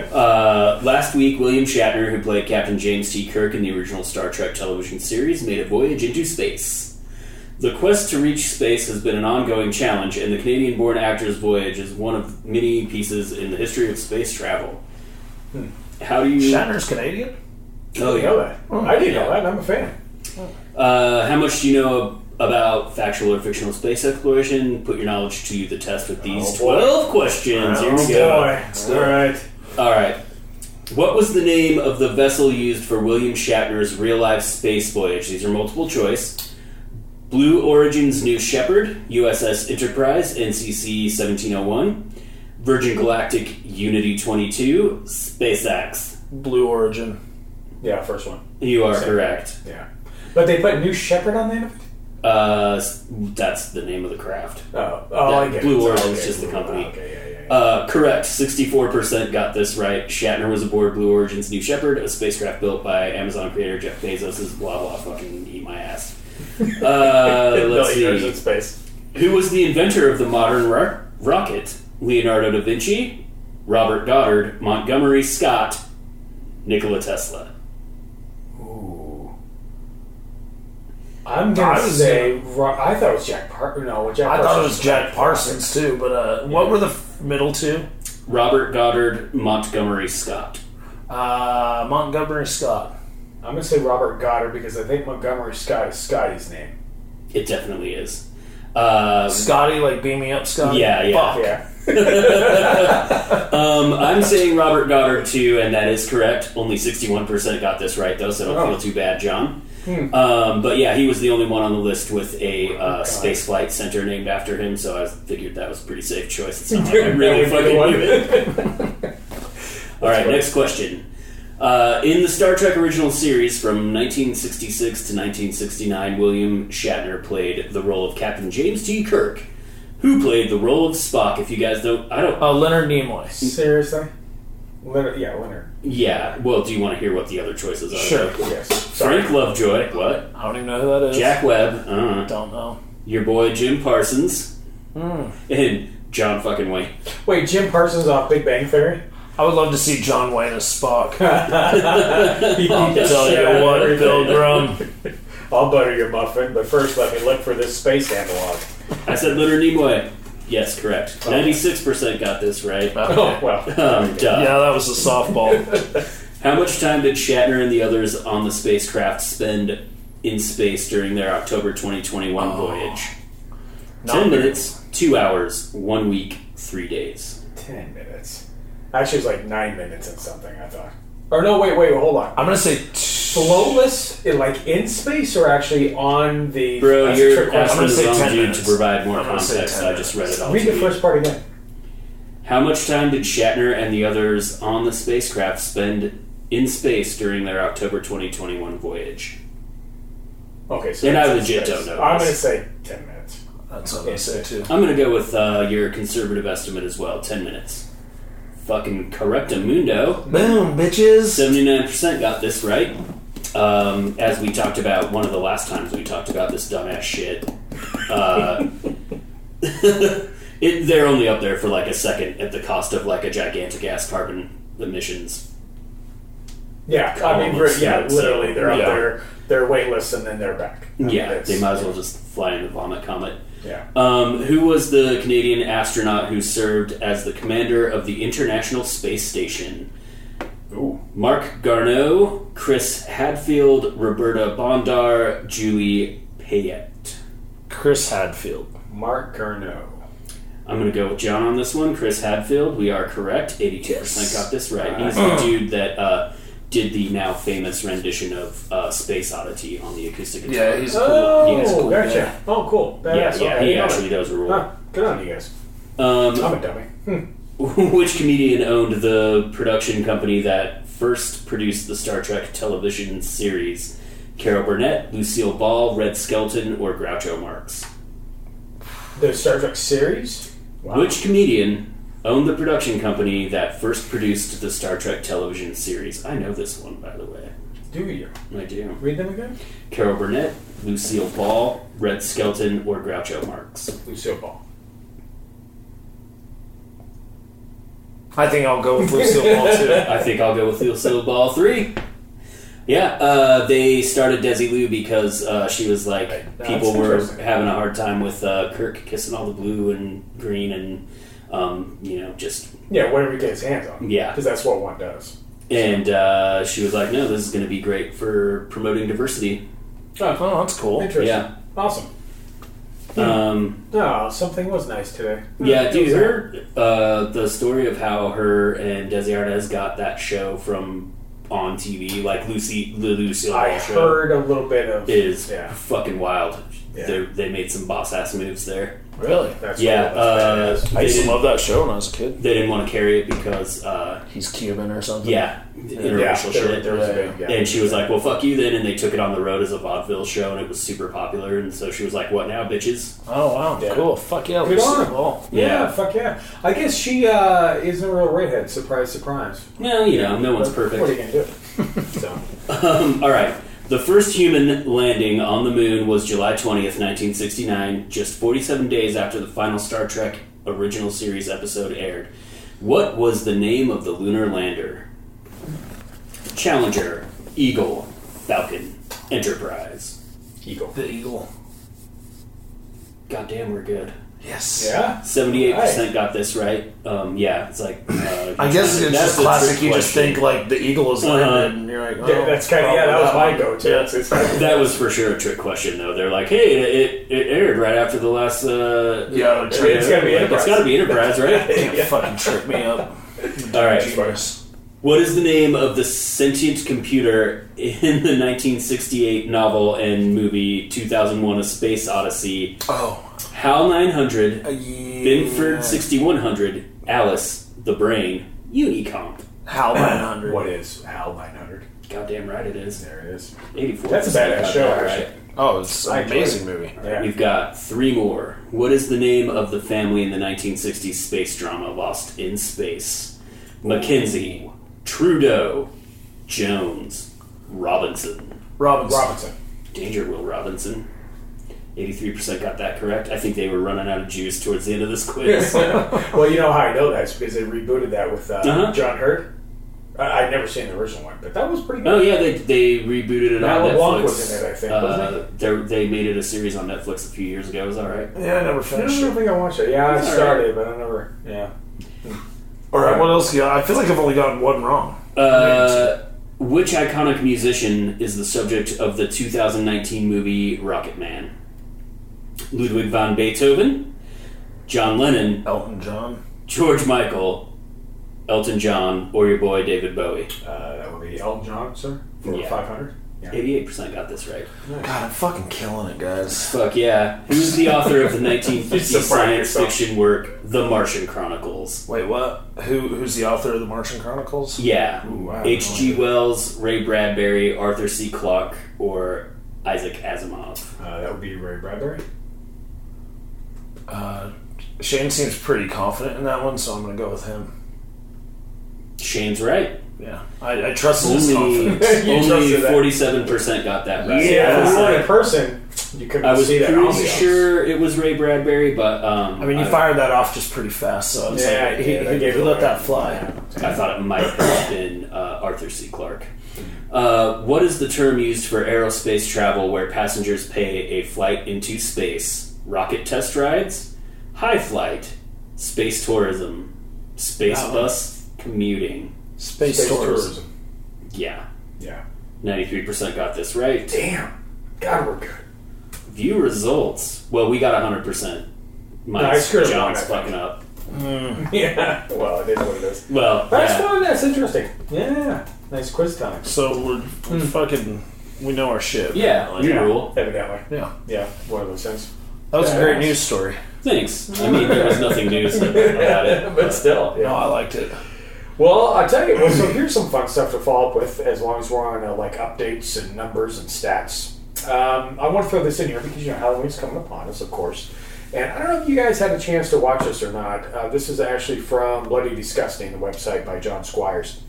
[SPEAKER 8] Uh, last week, William Shatner, who played Captain James T. Kirk in the original Star Trek television series, made a voyage into space. The quest to reach space has been an ongoing challenge, and the Canadian-born actor's voyage is one of many pieces in the history of space travel.
[SPEAKER 6] Hmm.
[SPEAKER 8] How do you?
[SPEAKER 7] Shatner's Canadian.
[SPEAKER 8] oh
[SPEAKER 6] you know
[SPEAKER 8] yeah.
[SPEAKER 6] that. I didn't know that, and I'm a fan.
[SPEAKER 8] Uh, how much do you know about factual or fictional space exploration? Put your knowledge to the test with these
[SPEAKER 6] Oh, boy. Oh,
[SPEAKER 8] twelve questions. Here we go.
[SPEAKER 6] boy. All right.
[SPEAKER 8] All right. What was the name of the vessel used for William Shatner's real life space voyage? These are multiple choice. Blue Origin's New Shepard, USS Enterprise, NCC 1701, Virgin Galactic Unity 22, SpaceX.
[SPEAKER 7] Blue Origin.
[SPEAKER 6] Yeah, first one.
[SPEAKER 8] You are correct.
[SPEAKER 6] Yeah. But they put New Shepherd on the end of it?
[SPEAKER 8] Uh, s- that's the name of the craft.
[SPEAKER 6] Oh, oh I
[SPEAKER 8] Yeah,
[SPEAKER 6] get
[SPEAKER 8] Blue
[SPEAKER 6] it.
[SPEAKER 8] Orion's
[SPEAKER 6] Okay,
[SPEAKER 8] just the
[SPEAKER 6] Blue
[SPEAKER 8] company.
[SPEAKER 6] Orion, Okay, yeah, yeah, yeah.
[SPEAKER 8] Uh, correct. 64% got this right. Shatner was aboard Blue Origin's New Shepard, a spacecraft built by Amazon creator Jeff Bezos' blah blah fucking eat my ass. Uh, let's
[SPEAKER 6] Millionaires in
[SPEAKER 8] see.
[SPEAKER 6] space.
[SPEAKER 8] Who was the inventor of the modern ro- rocket? Leonardo da Vinci, Robert Goddard, Montgomery Scott, Nikola Tesla.
[SPEAKER 6] I'm gonna
[SPEAKER 7] I was
[SPEAKER 6] say Ro- I thought it was Jack Parker. No, Jack.
[SPEAKER 7] I
[SPEAKER 6] Parsons
[SPEAKER 7] thought it was Jack Parsons too, but uh, what were the f- middle two?
[SPEAKER 8] Robert Goddard, Montgomery Scott.
[SPEAKER 7] Uh, Montgomery Scott.
[SPEAKER 6] I'm gonna say Robert Goddard because I think Montgomery Scott is Scotty's name.
[SPEAKER 8] It definitely is. Uh,
[SPEAKER 7] Scotty, like beam me up, Scotty.
[SPEAKER 8] Yeah, yeah.
[SPEAKER 7] Fuck.
[SPEAKER 6] Yeah.
[SPEAKER 8] Um, I'm saying Robert Goddard too, and that is correct. Only 61% got this right, though, so don't feel too bad, John. Um, but yeah, he was the only one on the list with a uh, space flight center named after him, so I figured that was a pretty safe choice. It's not like I really
[SPEAKER 6] That would be
[SPEAKER 8] fucking
[SPEAKER 6] the one.
[SPEAKER 8] knew it. All right, next question. Uh, in the Star Trek original series from 1966 to 1969, William Shatner played the role of Captain James T. Kirk. Who played the role of Spock? If you guys don't, I don't.
[SPEAKER 7] Uh, Leonard Nimoy.
[SPEAKER 6] Seriously. Leonard, yeah, Leonard.
[SPEAKER 8] Yeah. Well, do you want to hear what the other choices are?
[SPEAKER 7] Sure.
[SPEAKER 6] Yes. Sorry.
[SPEAKER 8] Frank Lovejoy. What?
[SPEAKER 7] I don't even know who that is.
[SPEAKER 8] Jack Webb. Uh,
[SPEAKER 7] Don't Hmm. know.
[SPEAKER 8] your boy Jim Parsons. And John fucking Wayne.
[SPEAKER 6] Wait, Jim Parsons off Big Bang Theory.
[SPEAKER 7] I would love to see John Wayne as Spock.
[SPEAKER 6] I'll
[SPEAKER 7] Tell you what, Bill Grum.
[SPEAKER 6] I'll butter your muffin, but first let me look for this space analog.
[SPEAKER 8] I said Leonard Nimoy. Yes, correct. Ninety-six percent got this right.
[SPEAKER 6] Oh, well.
[SPEAKER 8] Um, duh.
[SPEAKER 7] Yeah, that was a softball.
[SPEAKER 8] How much time did Shatner and the others on the spacecraft spend in space during their October 2021 voyage?
[SPEAKER 7] Oh. Not
[SPEAKER 8] Ten minutes, two hours, one week, three days.
[SPEAKER 6] Ten minutes. Actually, it was like nine minutes and something, I thought. Or no, wait, wait, hold on.
[SPEAKER 7] I'm gonna say. T-
[SPEAKER 6] Flowless, in, eh, like in space or actually on the.
[SPEAKER 8] Bro,
[SPEAKER 6] That's a
[SPEAKER 8] you're
[SPEAKER 6] trick question.
[SPEAKER 8] asking
[SPEAKER 7] I'm gonna say
[SPEAKER 8] the wrong
[SPEAKER 7] 10
[SPEAKER 8] dude
[SPEAKER 7] minutes.
[SPEAKER 8] to provide more
[SPEAKER 7] I'm gonna say
[SPEAKER 8] context.
[SPEAKER 7] 10
[SPEAKER 8] I just read it all.
[SPEAKER 6] Read
[SPEAKER 8] to
[SPEAKER 6] the
[SPEAKER 8] you.
[SPEAKER 6] first part again.
[SPEAKER 8] How much time did Shatner and the others on the spacecraft spend in space during their October 2021 voyage?
[SPEAKER 6] Okay, so.
[SPEAKER 8] And I
[SPEAKER 6] it's in
[SPEAKER 8] legit
[SPEAKER 6] space.
[SPEAKER 8] don't know
[SPEAKER 6] I'm
[SPEAKER 8] this.
[SPEAKER 6] going to say ten minutes.
[SPEAKER 7] That's what I'm gonna say too.
[SPEAKER 8] I'm gonna go with uh, your conservative estimate as well. Ten minutes. Fucking corruptamundo.
[SPEAKER 7] Boom, bitches.
[SPEAKER 8] 79% got this right. Um, as we talked about one of the last times we talked about this dumbass shit. Uh, it, they're only up there for like a second at the cost of like a gigantic ass carbon emissions.
[SPEAKER 6] Yeah, I mean,
[SPEAKER 8] Columns,
[SPEAKER 6] yeah,
[SPEAKER 8] so-
[SPEAKER 6] literally, they're
[SPEAKER 8] yeah.
[SPEAKER 6] up there, they're weightless, and then they're back. I mean,
[SPEAKER 8] Yeah,
[SPEAKER 6] it's-
[SPEAKER 8] they might as well just fly in the vomit comet.
[SPEAKER 6] Yeah.
[SPEAKER 8] Um, who was the Canadian astronaut who served as the commander of the International Space Station?
[SPEAKER 6] Ooh.
[SPEAKER 8] Mark Garneau, Chris Hadfield, Roberta Bondar, Julie Payette.
[SPEAKER 7] Chris Hadfield.
[SPEAKER 6] Mark Garneau.
[SPEAKER 8] I'm going to go with John on this one. Chris Hadfield, we are correct. 82%
[SPEAKER 7] Yes.
[SPEAKER 8] got this right. He's the dude that uh, did the now famous rendition of uh, Space Oddity on the acoustic guitar.
[SPEAKER 7] Yeah, he's cool.
[SPEAKER 6] Oh,
[SPEAKER 8] Yes, cool,
[SPEAKER 6] gotcha.
[SPEAKER 8] yeah.
[SPEAKER 6] Oh, cool.
[SPEAKER 8] yeah,
[SPEAKER 6] Badass.
[SPEAKER 8] yeah,
[SPEAKER 6] okay.
[SPEAKER 8] he actually does rule.
[SPEAKER 6] Huh, good on you guys. I'm
[SPEAKER 8] Um,
[SPEAKER 6] a dummy.
[SPEAKER 8] which comedian owned the production company that first produced the Star Trek television series? Carol Burnett, Lucille Ball, Red Skelton, or Groucho Marx?
[SPEAKER 6] The Star Trek series? Wow.
[SPEAKER 8] Which comedian owned the production company that first produced the Star Trek television series? I know this one, by the way.
[SPEAKER 6] do you?
[SPEAKER 8] I do.
[SPEAKER 6] Read them again?
[SPEAKER 8] Carol Burnett, Lucille Ball, Red Skelton, or Groucho Marx?
[SPEAKER 6] Lucille Ball.
[SPEAKER 7] I think I'll go with Lucille Ball too.
[SPEAKER 8] I think I'll go with Lucille Ball 3. Yeah, uh, they started Desi Lou because uh, she was like,
[SPEAKER 6] That's
[SPEAKER 8] people were
[SPEAKER 6] interesting.
[SPEAKER 8] having a hard time with uh, Kirk kissing all the blue and green and, um, you know, just
[SPEAKER 6] Yeah, whatever he gets his hands on.
[SPEAKER 8] Yeah.
[SPEAKER 6] Because that's what one does.
[SPEAKER 8] And uh, she was like, no, this is going to be great for promoting diversity.
[SPEAKER 7] Oh, that's cool.
[SPEAKER 6] Interesting.
[SPEAKER 8] Yeah.
[SPEAKER 6] Awesome.
[SPEAKER 8] Um,
[SPEAKER 6] No, something was nice today.
[SPEAKER 8] Yeah, dude,
[SPEAKER 6] Who's that?
[SPEAKER 8] her uh, the story of how her and Desi Arnaz got that show from on TV, like Lucy the Lucille
[SPEAKER 6] I
[SPEAKER 8] Ball show,
[SPEAKER 6] heard a little bit of.
[SPEAKER 8] is
[SPEAKER 6] Yeah.
[SPEAKER 8] fucking wild.
[SPEAKER 6] Yeah.
[SPEAKER 8] They're They made some boss ass moves there.
[SPEAKER 7] Really?
[SPEAKER 6] That's
[SPEAKER 8] yeah,
[SPEAKER 6] cool, that's
[SPEAKER 8] uh,
[SPEAKER 6] badass.
[SPEAKER 7] I
[SPEAKER 8] They
[SPEAKER 7] used to
[SPEAKER 8] didn't-
[SPEAKER 7] love that show when I was a kid.
[SPEAKER 8] They didn't want to carry it because, uh,
[SPEAKER 7] He's Cuban or something.
[SPEAKER 8] yeah,
[SPEAKER 6] yeah,
[SPEAKER 8] interracial
[SPEAKER 6] there-
[SPEAKER 8] shit.
[SPEAKER 6] there was a
[SPEAKER 7] Yeah.
[SPEAKER 6] big- yeah.
[SPEAKER 8] and she was like, "Well, fuck you then," and they took it on the road as a vaudeville show, and it was super popular. And so she was like, "What now, bitches?"
[SPEAKER 7] Oh wow,
[SPEAKER 6] Yeah.
[SPEAKER 7] cool. Fuck yeah,
[SPEAKER 6] Good
[SPEAKER 7] Lucille
[SPEAKER 6] on him.
[SPEAKER 7] Ball.
[SPEAKER 6] Yeah, fuck yeah. I guess she uh, isn't a real redhead. Surprise, surprise.
[SPEAKER 8] Well, you know, no one's perfect.
[SPEAKER 6] What are you going to do? so,
[SPEAKER 8] Um, all right. The first human landing on the moon was July 20th, 1969, just 47 days after the final Star Trek original series episode aired. What was the name of the lunar lander? Challenger, Eagle, Falcon, Enterprise.
[SPEAKER 6] Eagle.
[SPEAKER 7] The Eagle.
[SPEAKER 8] Goddamn, we're good.
[SPEAKER 7] Yes.
[SPEAKER 6] Yeah?
[SPEAKER 8] 78% got this right. Um, yeah, it's like. Uh,
[SPEAKER 7] I guess it's
[SPEAKER 8] that's
[SPEAKER 7] just
[SPEAKER 8] the
[SPEAKER 7] classic.
[SPEAKER 8] trick
[SPEAKER 7] You just
[SPEAKER 8] question.
[SPEAKER 7] think like the Eagle is landed,
[SPEAKER 8] Uh-huh.
[SPEAKER 7] and you're like, oh,
[SPEAKER 6] Yeah, that's kind of, yeah, that was my go to.
[SPEAKER 7] Yeah.
[SPEAKER 8] That was for sure a trick question, though. They're like, hey, it, it aired right after the last. Uh,
[SPEAKER 7] Yeah, the trailer.
[SPEAKER 6] It's gotta be
[SPEAKER 8] Like, It's
[SPEAKER 6] Enterprise.
[SPEAKER 8] gotta be Enterprise, right?
[SPEAKER 7] Can't fucking trip me up.
[SPEAKER 8] All right.
[SPEAKER 7] Genius.
[SPEAKER 8] What is the name of the sentient computer in the 1968 novel and movie 2001: A Space Odyssey?
[SPEAKER 7] Oh,
[SPEAKER 8] HAL 900,
[SPEAKER 7] yeah.
[SPEAKER 8] Binford 6100, Alice, the Brain, Unicomp.
[SPEAKER 7] Hal 900.
[SPEAKER 6] What is HAL 900?
[SPEAKER 8] Goddamn right it is.
[SPEAKER 6] There it is.
[SPEAKER 8] 84.
[SPEAKER 6] That's a badass show, actually.
[SPEAKER 7] Oh, it's
[SPEAKER 6] I
[SPEAKER 7] an
[SPEAKER 6] enjoyed
[SPEAKER 7] amazing
[SPEAKER 6] it.
[SPEAKER 7] movie.
[SPEAKER 6] Yeah.
[SPEAKER 8] We've got three more. What is the name of the family in the 1960s space drama Lost in Space? Mackenzie, Trudeau, Jones, Robinson.
[SPEAKER 7] Robinson.
[SPEAKER 6] Robinson.
[SPEAKER 8] Danger Will Robinson. 83% got that correct. I think they were running out of juice towards the end of this quiz.
[SPEAKER 6] well, you know how I know that's because they rebooted that with uh,
[SPEAKER 8] Uh-huh.
[SPEAKER 6] John Hurt. I, I'd never seen the original one, but that was pretty good.
[SPEAKER 8] oh, yeah, they, they rebooted it
[SPEAKER 6] Matt
[SPEAKER 8] on Netflix.
[SPEAKER 6] LeBlanc was in it, I think, wasn't
[SPEAKER 8] Uh, they're- they made it a series on Netflix a few years ago. It was all right.
[SPEAKER 7] Yeah, I never
[SPEAKER 6] I
[SPEAKER 7] finished
[SPEAKER 6] don't
[SPEAKER 7] it.
[SPEAKER 6] think I watched it. Yeah, I
[SPEAKER 8] It's all
[SPEAKER 6] started, but I never. Yeah.
[SPEAKER 7] All right, what else? You got? I feel like I've only gotten one wrong.
[SPEAKER 8] Uh, which iconic musician is the subject of the 2019 movie Rocket Man? Ludwig van Beethoven, John Lennon,
[SPEAKER 7] Elton John.
[SPEAKER 8] George Michael, Elton John, or your boy David Bowie.
[SPEAKER 6] Uh, that would be Elton John, sir, for
[SPEAKER 8] Yeah.
[SPEAKER 6] 500. Yeah.
[SPEAKER 8] 88% got this right.
[SPEAKER 7] God, I'm fucking killing it, guys.
[SPEAKER 8] Fuck yeah. Who's the author of the 1950
[SPEAKER 6] Surprise
[SPEAKER 8] science
[SPEAKER 6] yourself.
[SPEAKER 8] fiction work The Martian Chronicles?
[SPEAKER 7] Wait, what? Who? Who's the author of the Martian Chronicles?
[SPEAKER 8] Yeah.
[SPEAKER 7] Ooh, I have
[SPEAKER 8] H.G. Wells, Ray Bradbury, Arthur C. Clarke, or Isaac Asimov?
[SPEAKER 6] Uh, that would be Ray Bradbury.
[SPEAKER 7] Uh, Shane seems pretty confident in that one, so I'm gonna go with him.
[SPEAKER 8] Shane's right.
[SPEAKER 7] Yeah, I, I trust his
[SPEAKER 8] Only,
[SPEAKER 7] confidence.
[SPEAKER 8] only
[SPEAKER 6] trusted that.
[SPEAKER 8] 47% got that right.
[SPEAKER 6] Yeah, if
[SPEAKER 8] I
[SPEAKER 6] we were
[SPEAKER 8] was,
[SPEAKER 6] in person, you couldn't
[SPEAKER 8] I was
[SPEAKER 6] see that.
[SPEAKER 8] pretty
[SPEAKER 6] ambiance.
[SPEAKER 8] sure it was Ray Bradbury, but um,
[SPEAKER 7] I mean, you fired that off just pretty fast, so I was
[SPEAKER 6] Yeah,
[SPEAKER 7] like,
[SPEAKER 6] yeah,
[SPEAKER 7] he,
[SPEAKER 6] that
[SPEAKER 7] he-
[SPEAKER 6] gave
[SPEAKER 7] he
[SPEAKER 6] it
[SPEAKER 7] let
[SPEAKER 6] away.
[SPEAKER 7] that fly.
[SPEAKER 8] I thought it might have been uh, Arthur C. Clarke. Uh, what is the term used for aerospace travel where passengers pay a flight into space? Rocket test rides, high flight, space tourism, space
[SPEAKER 7] Wow.
[SPEAKER 8] bus commuting.
[SPEAKER 7] Space,
[SPEAKER 6] Space
[SPEAKER 7] tourism.
[SPEAKER 6] tourism.
[SPEAKER 8] Yeah,
[SPEAKER 6] Yeah.
[SPEAKER 8] 93% got this right.
[SPEAKER 6] Damn. God, we're good.
[SPEAKER 8] View results. Well, we got 100%.
[SPEAKER 6] I
[SPEAKER 8] Mine's
[SPEAKER 6] screwed up mine, I
[SPEAKER 8] John's
[SPEAKER 6] think.
[SPEAKER 8] fucking up.
[SPEAKER 6] Yeah. Well, it is what it is.
[SPEAKER 8] Well,
[SPEAKER 6] That's
[SPEAKER 8] yeah.
[SPEAKER 6] fun. That's interesting. Yeah. Nice quiz time.
[SPEAKER 7] So we're, we're fucking, we know our shit.
[SPEAKER 8] Yeah,
[SPEAKER 7] Like,
[SPEAKER 8] new rule.
[SPEAKER 6] Evidently.
[SPEAKER 7] yeah.
[SPEAKER 6] Yeah. One of those things.
[SPEAKER 7] That was a
[SPEAKER 6] Yeah.
[SPEAKER 7] great news story.
[SPEAKER 8] Thanks. I mean, there was nothing new about it.
[SPEAKER 6] But still.
[SPEAKER 7] No,
[SPEAKER 6] Yeah.
[SPEAKER 7] I liked it.
[SPEAKER 6] Well, I'll tell you. Well, so here's some fun stuff to follow up with as long as we're on uh, like updates and numbers and stats. Um, I want to throw this in here because you know Halloween's coming upon us, of course. And I don't know if you guys had a chance to watch this or not. Uh, this is actually from Bloody Disgusting, the website by John Squires.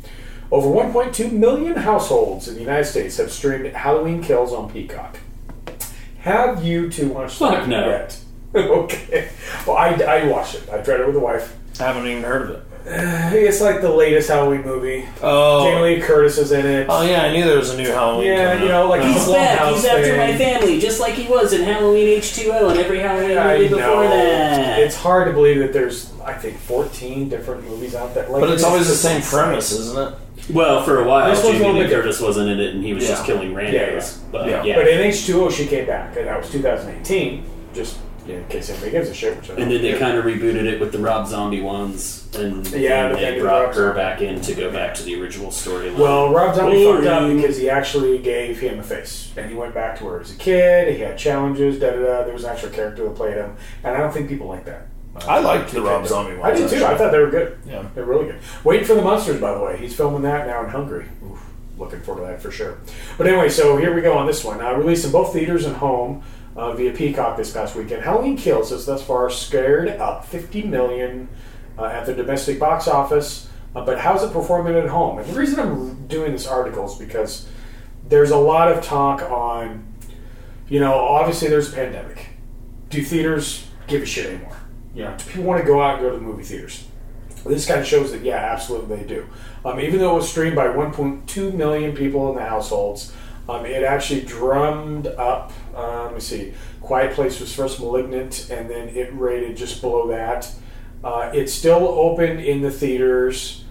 [SPEAKER 6] Over 1.2 million households in the United States have streamed Halloween Kills on Peacock. Have you two watched that
[SPEAKER 8] Fuck no.
[SPEAKER 6] yet? okay. Well, I, I watched it. I tried it with a wife.
[SPEAKER 7] I haven't even heard of it.
[SPEAKER 6] It's like the latest Halloween movie. Jamie
[SPEAKER 7] Oh,
[SPEAKER 6] Lee Curtis is in it.
[SPEAKER 7] oh yeah, I knew there was a new Halloween.
[SPEAKER 6] yeah,
[SPEAKER 7] coming
[SPEAKER 6] you
[SPEAKER 7] up.
[SPEAKER 6] know, like
[SPEAKER 8] Um, He's
[SPEAKER 6] the
[SPEAKER 8] back.
[SPEAKER 6] Blumhouse
[SPEAKER 8] He's after my
[SPEAKER 6] thing.
[SPEAKER 8] family, just like he was in Halloween H2O and every Halloween
[SPEAKER 6] I
[SPEAKER 8] movie before
[SPEAKER 6] know.
[SPEAKER 8] that.
[SPEAKER 6] It's hard to believe that there's, I think, 14 different movies out there. Like,
[SPEAKER 7] but it's always the
[SPEAKER 6] just-
[SPEAKER 7] same premise, isn't it?
[SPEAKER 8] well, for a while,
[SPEAKER 6] This one's a
[SPEAKER 8] Jamie
[SPEAKER 6] little
[SPEAKER 8] Lee
[SPEAKER 6] bit
[SPEAKER 8] Curtis wasn't in it, and he was
[SPEAKER 7] Yeah.
[SPEAKER 8] just killing randos. But yeah,
[SPEAKER 7] Yeah.
[SPEAKER 6] But in H2O, she came back, and that was 2018. Just in case anybody gives a shit. Which I don't
[SPEAKER 8] and then they
[SPEAKER 6] care.
[SPEAKER 8] kind of rebooted it with the Rob Zombie ones, and
[SPEAKER 6] Yeah,
[SPEAKER 8] then
[SPEAKER 6] the thing
[SPEAKER 8] they
[SPEAKER 6] with
[SPEAKER 8] brought
[SPEAKER 6] Rob
[SPEAKER 8] her
[SPEAKER 6] Zombie.
[SPEAKER 8] back in to go back to the original storyline.
[SPEAKER 6] Well, Rob Zombie
[SPEAKER 8] Boring.
[SPEAKER 6] fucked up because he actually gave him a face, and he went back to where he was a kid. He had challenges. Da da da. There was an actual character that played him, and I don't think people like that.
[SPEAKER 7] I liked the Rob Zombie
[SPEAKER 6] I
[SPEAKER 7] ones.
[SPEAKER 6] did too. I
[SPEAKER 7] actually.
[SPEAKER 6] thought they were good.
[SPEAKER 7] Yeah.
[SPEAKER 6] They're really good. Waiting for the Monsters, by the way. He's filming that now in Hungary. Oof, looking forward to that for sure. But anyway, so here we go on this one. Uh, released in both theaters and home uh, via Peacock this past weekend. Halloween Kills has thus far scared up 50 million uh, at the domestic box office. Uh, but how's it performing at home? And the reason I'm doing this article is because there's a lot of talk on, you know, obviously there's a pandemic. Do theaters give a shit anymore? You know, do people want to go out and go to the movie theaters? This kind of shows that, yeah, absolutely they do. Um, even though it was streamed by 1.2 million people in the households, um, it actually drummed up. Uh, let me see. Quiet Place was first malignant, and then it rated just below that. Uh, it's still open in the theaters,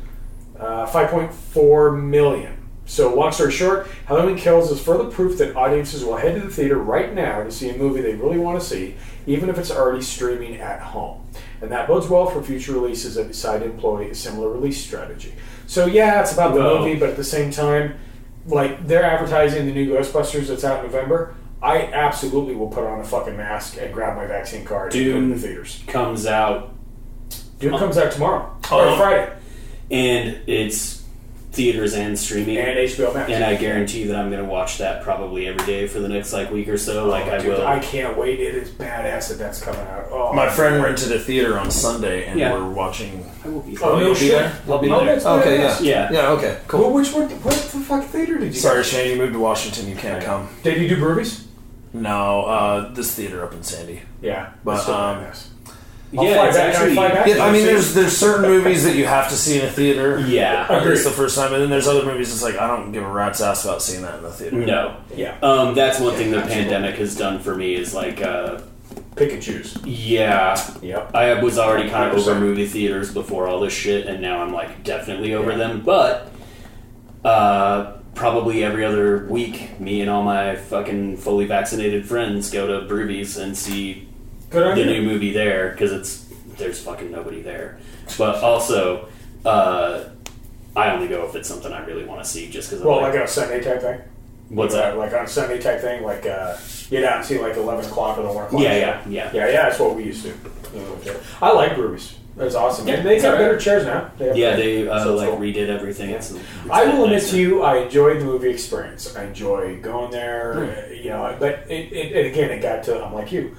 [SPEAKER 6] uh, 5.4 million. So, long story short, Halloween Kills is further proof that audiences will head to the theater right now to see a movie they really want to see, even if it's already streaming at home. And that bodes well for future releases that decide to employ a similar release strategy. So, yeah, it's about the
[SPEAKER 8] Well-
[SPEAKER 6] movie, but at the same time, like they're advertising the new Ghostbusters that's out in November. I absolutely will put on a fucking mask and grab my vaccine card and
[SPEAKER 8] Dune.
[SPEAKER 6] go to the theaters.
[SPEAKER 8] comes out,
[SPEAKER 6] Dune comes out tomorrow
[SPEAKER 7] Oh.
[SPEAKER 6] or Friday
[SPEAKER 8] and it's theaters and streaming.
[SPEAKER 6] and HBO Max.
[SPEAKER 8] And I guarantee that I'm going to watch that probably every day for the next like week or so. Like I
[SPEAKER 6] Oh, Dude,
[SPEAKER 8] will.
[SPEAKER 6] I can't wait. It is badass that that's coming out. Oh,
[SPEAKER 7] My friend rented a theater on Sunday, and
[SPEAKER 8] Yeah.
[SPEAKER 7] we're watching.
[SPEAKER 8] I will be.
[SPEAKER 6] Oh,
[SPEAKER 7] You'll
[SPEAKER 6] no
[SPEAKER 7] be
[SPEAKER 6] shit.
[SPEAKER 7] there? I'll be
[SPEAKER 6] Oh,
[SPEAKER 7] there.
[SPEAKER 6] that's badass.
[SPEAKER 7] Okay, yeah.
[SPEAKER 8] yeah.
[SPEAKER 7] Yeah. Okay. Cool.
[SPEAKER 6] Well, which one? What the fuck theater did you?
[SPEAKER 7] Sorry,
[SPEAKER 6] go to?
[SPEAKER 7] Shane. You moved to Washington. You can't come.
[SPEAKER 6] Did you do Broovies?
[SPEAKER 7] No, uh, this theater up in Sandy.
[SPEAKER 6] Yeah,
[SPEAKER 7] But,
[SPEAKER 6] still
[SPEAKER 7] um,
[SPEAKER 6] badass.
[SPEAKER 8] Yeah,
[SPEAKER 6] I'll fly
[SPEAKER 8] it's
[SPEAKER 6] back,
[SPEAKER 8] actually.
[SPEAKER 6] I'll fly back
[SPEAKER 7] Yeah, I
[SPEAKER 6] to
[SPEAKER 7] mean,
[SPEAKER 6] see
[SPEAKER 7] there's
[SPEAKER 6] it.
[SPEAKER 7] there's certain movies that you have to see in a theater.
[SPEAKER 8] Yeah.
[SPEAKER 7] at least the
[SPEAKER 6] Agreed.
[SPEAKER 7] first time, and then there's other movies. It's like I don't give a rat's ass about seeing that in the theater.
[SPEAKER 8] No.
[SPEAKER 6] yeah,
[SPEAKER 8] Um, that's one thing the pandemic has done for me is like, uh,
[SPEAKER 6] pick and choose.
[SPEAKER 8] yeah,
[SPEAKER 6] Yep.
[SPEAKER 8] I was already kind of over
[SPEAKER 6] 100%.
[SPEAKER 8] movie theaters before all this shit, and now I'm like definitely over them. But uh, probably every other week, me and all my fucking fully vaccinated friends go to Broovies and see
[SPEAKER 6] Good on
[SPEAKER 8] the
[SPEAKER 6] you.
[SPEAKER 8] new movie there because it's there's fucking nobody there. But also, uh, I only go if it's something I really want to see, just because.
[SPEAKER 6] Well,
[SPEAKER 8] like,
[SPEAKER 6] like on a Sunday type thing.
[SPEAKER 8] what's that?
[SPEAKER 6] Like on a Sunday type thing, like uh, get out and see like eleven o'clock or the one o'clock.
[SPEAKER 8] Yeah,
[SPEAKER 6] show.
[SPEAKER 8] yeah, yeah.
[SPEAKER 6] yeah, yeah. That's what we used to. I like breweries. That's awesome.
[SPEAKER 8] Yeah,
[SPEAKER 6] and they
[SPEAKER 8] it's
[SPEAKER 6] got
[SPEAKER 8] alright.
[SPEAKER 6] better chairs now. They have-
[SPEAKER 8] Yeah, they uh,
[SPEAKER 6] So it's
[SPEAKER 8] like
[SPEAKER 6] cool.
[SPEAKER 8] redid everything. It's, it's
[SPEAKER 6] I will admit
[SPEAKER 8] nicer.
[SPEAKER 6] to you, I enjoyed the movie experience. I enjoy going there,
[SPEAKER 7] Hmm.
[SPEAKER 6] uh, you know. But it, it, and again, it got to I'm like you,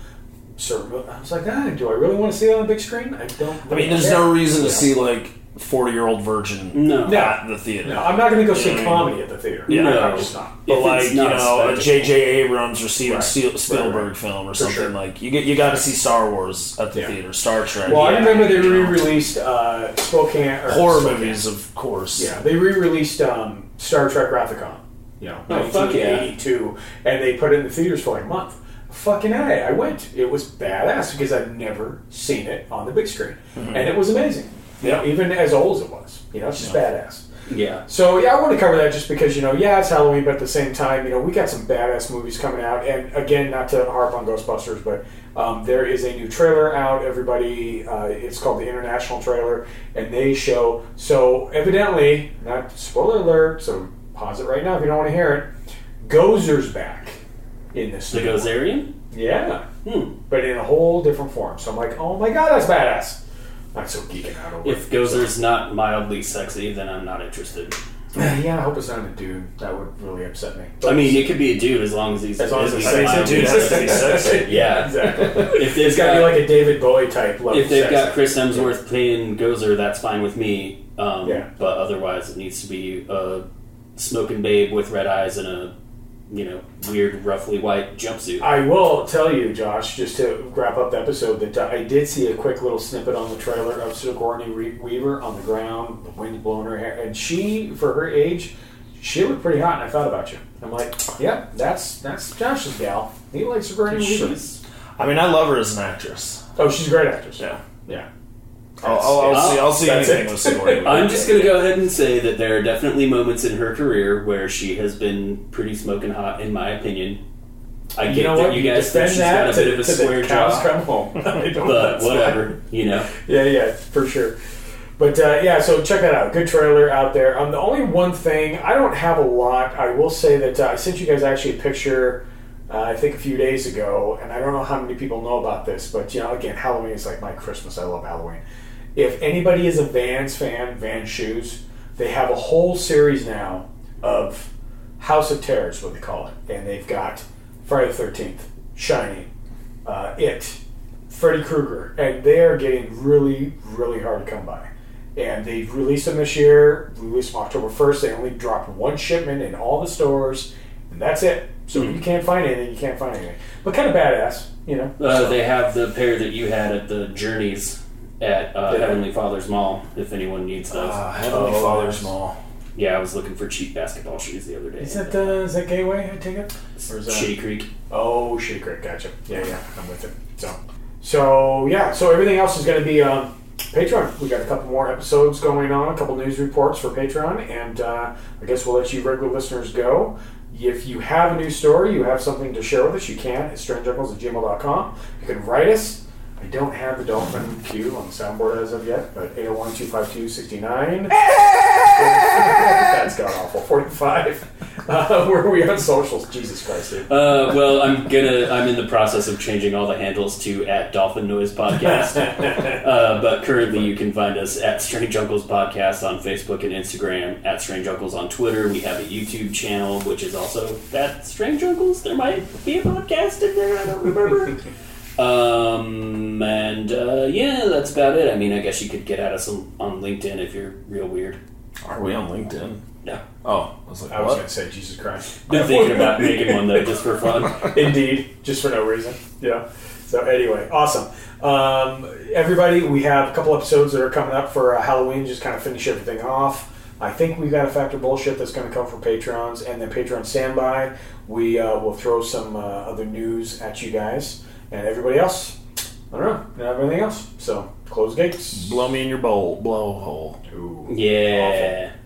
[SPEAKER 6] sir. I was like, ah, do I really want to see it on the big screen? I don't.
[SPEAKER 7] I mean, there's no reason to see like forty year old virgin
[SPEAKER 8] No.
[SPEAKER 6] No.
[SPEAKER 7] at the theater.
[SPEAKER 6] No, I'm not going to go see
[SPEAKER 7] Yeah.
[SPEAKER 6] comedy at the theater.
[SPEAKER 7] Yeah.
[SPEAKER 6] no,
[SPEAKER 8] No.
[SPEAKER 6] I'm just not.
[SPEAKER 7] But
[SPEAKER 8] If
[SPEAKER 7] like
[SPEAKER 8] it's
[SPEAKER 7] you
[SPEAKER 8] not a
[SPEAKER 7] know, a
[SPEAKER 8] spectacle.
[SPEAKER 7] J.J. Abrams or Steven
[SPEAKER 6] Right.
[SPEAKER 7] Spiel- Spielberg
[SPEAKER 6] Right, right.
[SPEAKER 7] film or
[SPEAKER 6] For
[SPEAKER 7] something
[SPEAKER 6] sure.
[SPEAKER 7] like you get you got to see Star Wars at the
[SPEAKER 6] Yeah.
[SPEAKER 7] theater, Star Trek.
[SPEAKER 6] Well, I
[SPEAKER 7] yeah,
[SPEAKER 6] remember they
[SPEAKER 7] you know.
[SPEAKER 6] re-released uh, Spokane or
[SPEAKER 7] horror
[SPEAKER 6] Spokane.
[SPEAKER 7] movies, of course.
[SPEAKER 6] Yeah, they re-released um, Star Trek Rathacon. You know,
[SPEAKER 8] Oh, fuck yeah.
[SPEAKER 6] 1982, and they put it in the theaters for like a month. Fucking a, I went. It was badass because I've never seen it on the big screen,
[SPEAKER 8] Mm-hmm.
[SPEAKER 6] and it was amazing. You know,
[SPEAKER 7] Yeah.
[SPEAKER 6] even as old as it was, you know, it's just badass.
[SPEAKER 8] Yeah.
[SPEAKER 6] So yeah, I want to cover that just because you know, yeah, it's Halloween, but at the same time, you know, we got some badass movies coming out, and again, not to harp on Ghostbusters, but um, there is a new trailer out. Everybody, uh, it's called the International Trailer, and they show. So evidently, not spoiler alert. So pause it right now if you don't want to hear it. Gozer's back in this.
[SPEAKER 8] The
[SPEAKER 6] new one.
[SPEAKER 8] Gozerian?
[SPEAKER 6] Yeah,
[SPEAKER 8] Hmm.
[SPEAKER 6] but in a whole different form. So I'm like, oh my god, that's badass. I'm so geeking out over
[SPEAKER 8] If
[SPEAKER 6] it.
[SPEAKER 8] Gozer's not mildly sexy, then I'm not interested.
[SPEAKER 6] yeah, I hope it's not a dude. That would really upset me.
[SPEAKER 8] I mean, it could be a dude as long as he's
[SPEAKER 6] As long as
[SPEAKER 8] at
[SPEAKER 6] it's
[SPEAKER 8] least
[SPEAKER 6] sexy,
[SPEAKER 8] mildly
[SPEAKER 6] dude.
[SPEAKER 7] has to be sexy.
[SPEAKER 8] Yeah.
[SPEAKER 6] exactly.
[SPEAKER 8] If
[SPEAKER 6] It's
[SPEAKER 8] they've
[SPEAKER 6] got to
[SPEAKER 8] got,
[SPEAKER 6] be like a David Bowie type level.
[SPEAKER 8] if they've
[SPEAKER 6] sexy.
[SPEAKER 8] got Chris Hemsworth playing Gozer, that's fine with me. Um,
[SPEAKER 6] Yeah.
[SPEAKER 8] But otherwise, it needs to be a smoking babe with red eyes and a you know weird, roughly white jumpsuit.
[SPEAKER 6] I will tell you, Josh, just to wrap up the episode, that uh, I did see a quick little snippet on the trailer of Sigourney Re- Weaver on the ground, the wind blowing her hair, and she, for her age, she looked pretty hot. And I thought about you. I'm like, yeah, that's that's Josh's gal. He likes Sigourney Weaver.
[SPEAKER 8] She's-
[SPEAKER 7] I mean, I love her as an actress.
[SPEAKER 6] Oh, she's a great actress.
[SPEAKER 7] Yeah,
[SPEAKER 6] yeah.
[SPEAKER 7] I'll, I'll, I'll see. I'll see
[SPEAKER 6] That's
[SPEAKER 7] anything
[SPEAKER 6] it.
[SPEAKER 7] with Sigourney.
[SPEAKER 8] I'm just gonna go ahead and say that there are definitely moments in her career where she has been pretty smoking hot, in my opinion. I get
[SPEAKER 6] You know
[SPEAKER 8] that
[SPEAKER 6] what?
[SPEAKER 8] you guys
[SPEAKER 6] defend
[SPEAKER 8] think she's
[SPEAKER 6] that
[SPEAKER 8] got a
[SPEAKER 6] to,
[SPEAKER 8] bit of a
[SPEAKER 6] to
[SPEAKER 8] square
[SPEAKER 6] the cows
[SPEAKER 8] jaw,
[SPEAKER 6] come home. I don't-
[SPEAKER 8] but
[SPEAKER 6] that's fine.
[SPEAKER 8] whatever, you know.
[SPEAKER 6] Yeah, yeah, for sure. But uh, yeah, so check that out. Good trailer out there. Um, the only one thing I don't have a lot. I will say that uh, I sent you guys actually a picture. Uh, I think a few days ago, and I don't know how many people know about this, but you know, again, Halloween is like my Christmas. I love Halloween. If anybody is a Vans fan, Vans shoes, they have a whole series now of House of Terror is what they call it, and they've got Friday the Thirteenth, Shining, uh, It, Freddy Krueger, and they are getting really, really hard to come by. And they released them this year, released them October 1st. They only dropped one shipment in all the stores, and that's it. So if you can't find anything, you can't find anything. But kind of badass, you know?
[SPEAKER 8] Uh, they have the pair that you had at the Journeys at uh,
[SPEAKER 6] Yeah.
[SPEAKER 8] Heavenly Father's Mall. If anyone needs those,
[SPEAKER 7] Uh, Heavenly
[SPEAKER 6] Oh,
[SPEAKER 7] Father's
[SPEAKER 6] yes.
[SPEAKER 7] Mall.
[SPEAKER 8] yeah, I was looking for cheap basketball shoes the other day.
[SPEAKER 6] Is that, uh, is that Gateway, I take it? Or is that-
[SPEAKER 8] Shitty Creek?
[SPEAKER 6] Oh, shit, great, gotcha. Yeah, yeah, I'm with it. So, so yeah, so everything else is going to be um, Patreon. We got a couple more episodes going on, a couple news reports for Patreon, and uh, I guess we'll let you regular listeners go. If you have a new story, you have something to share with us, you can at strangejuggles at gmail.com. You can write us. I don't have the dolphin cue on the soundboard as of yet, but 801 252 69. That's god awful. 45. Uh, where are we on socials? Jesus Christ, dude.
[SPEAKER 8] Uh, well, I'm gonna. I'm in the process of changing all the handles to at Dolphin Noise Podcast. uh, but currently, you can find us at Strange Uncles Podcast on Facebook and Instagram. At Strange Uncles on Twitter. We have a YouTube channel, which is also at Strange Uncles. There might be a podcast in there. I don't remember. um, and uh, yeah, that's about it. I mean, I guess you could get at us on, on LinkedIn if you're real weird.
[SPEAKER 7] Are we on LinkedIn?
[SPEAKER 8] Yeah.
[SPEAKER 7] Oh, I was like,
[SPEAKER 6] I was going
[SPEAKER 7] what?
[SPEAKER 6] to say Jesus Christ.
[SPEAKER 8] Been thinking about making one though, just for fun.
[SPEAKER 6] Indeed, just for no reason. Yeah. So anyway, awesome. Um, everybody, we have a couple episodes that are coming up for uh, Halloween. Just kind of finish everything off. I think we got a factor bullshit that's going to come for patrons, and then Patreon standby. We uh, will throw some uh, other news at you guys and everybody else. I don't know. Don't have anything else. So close gates.
[SPEAKER 7] Blow me in your bowl, blowhole.
[SPEAKER 8] Yeah.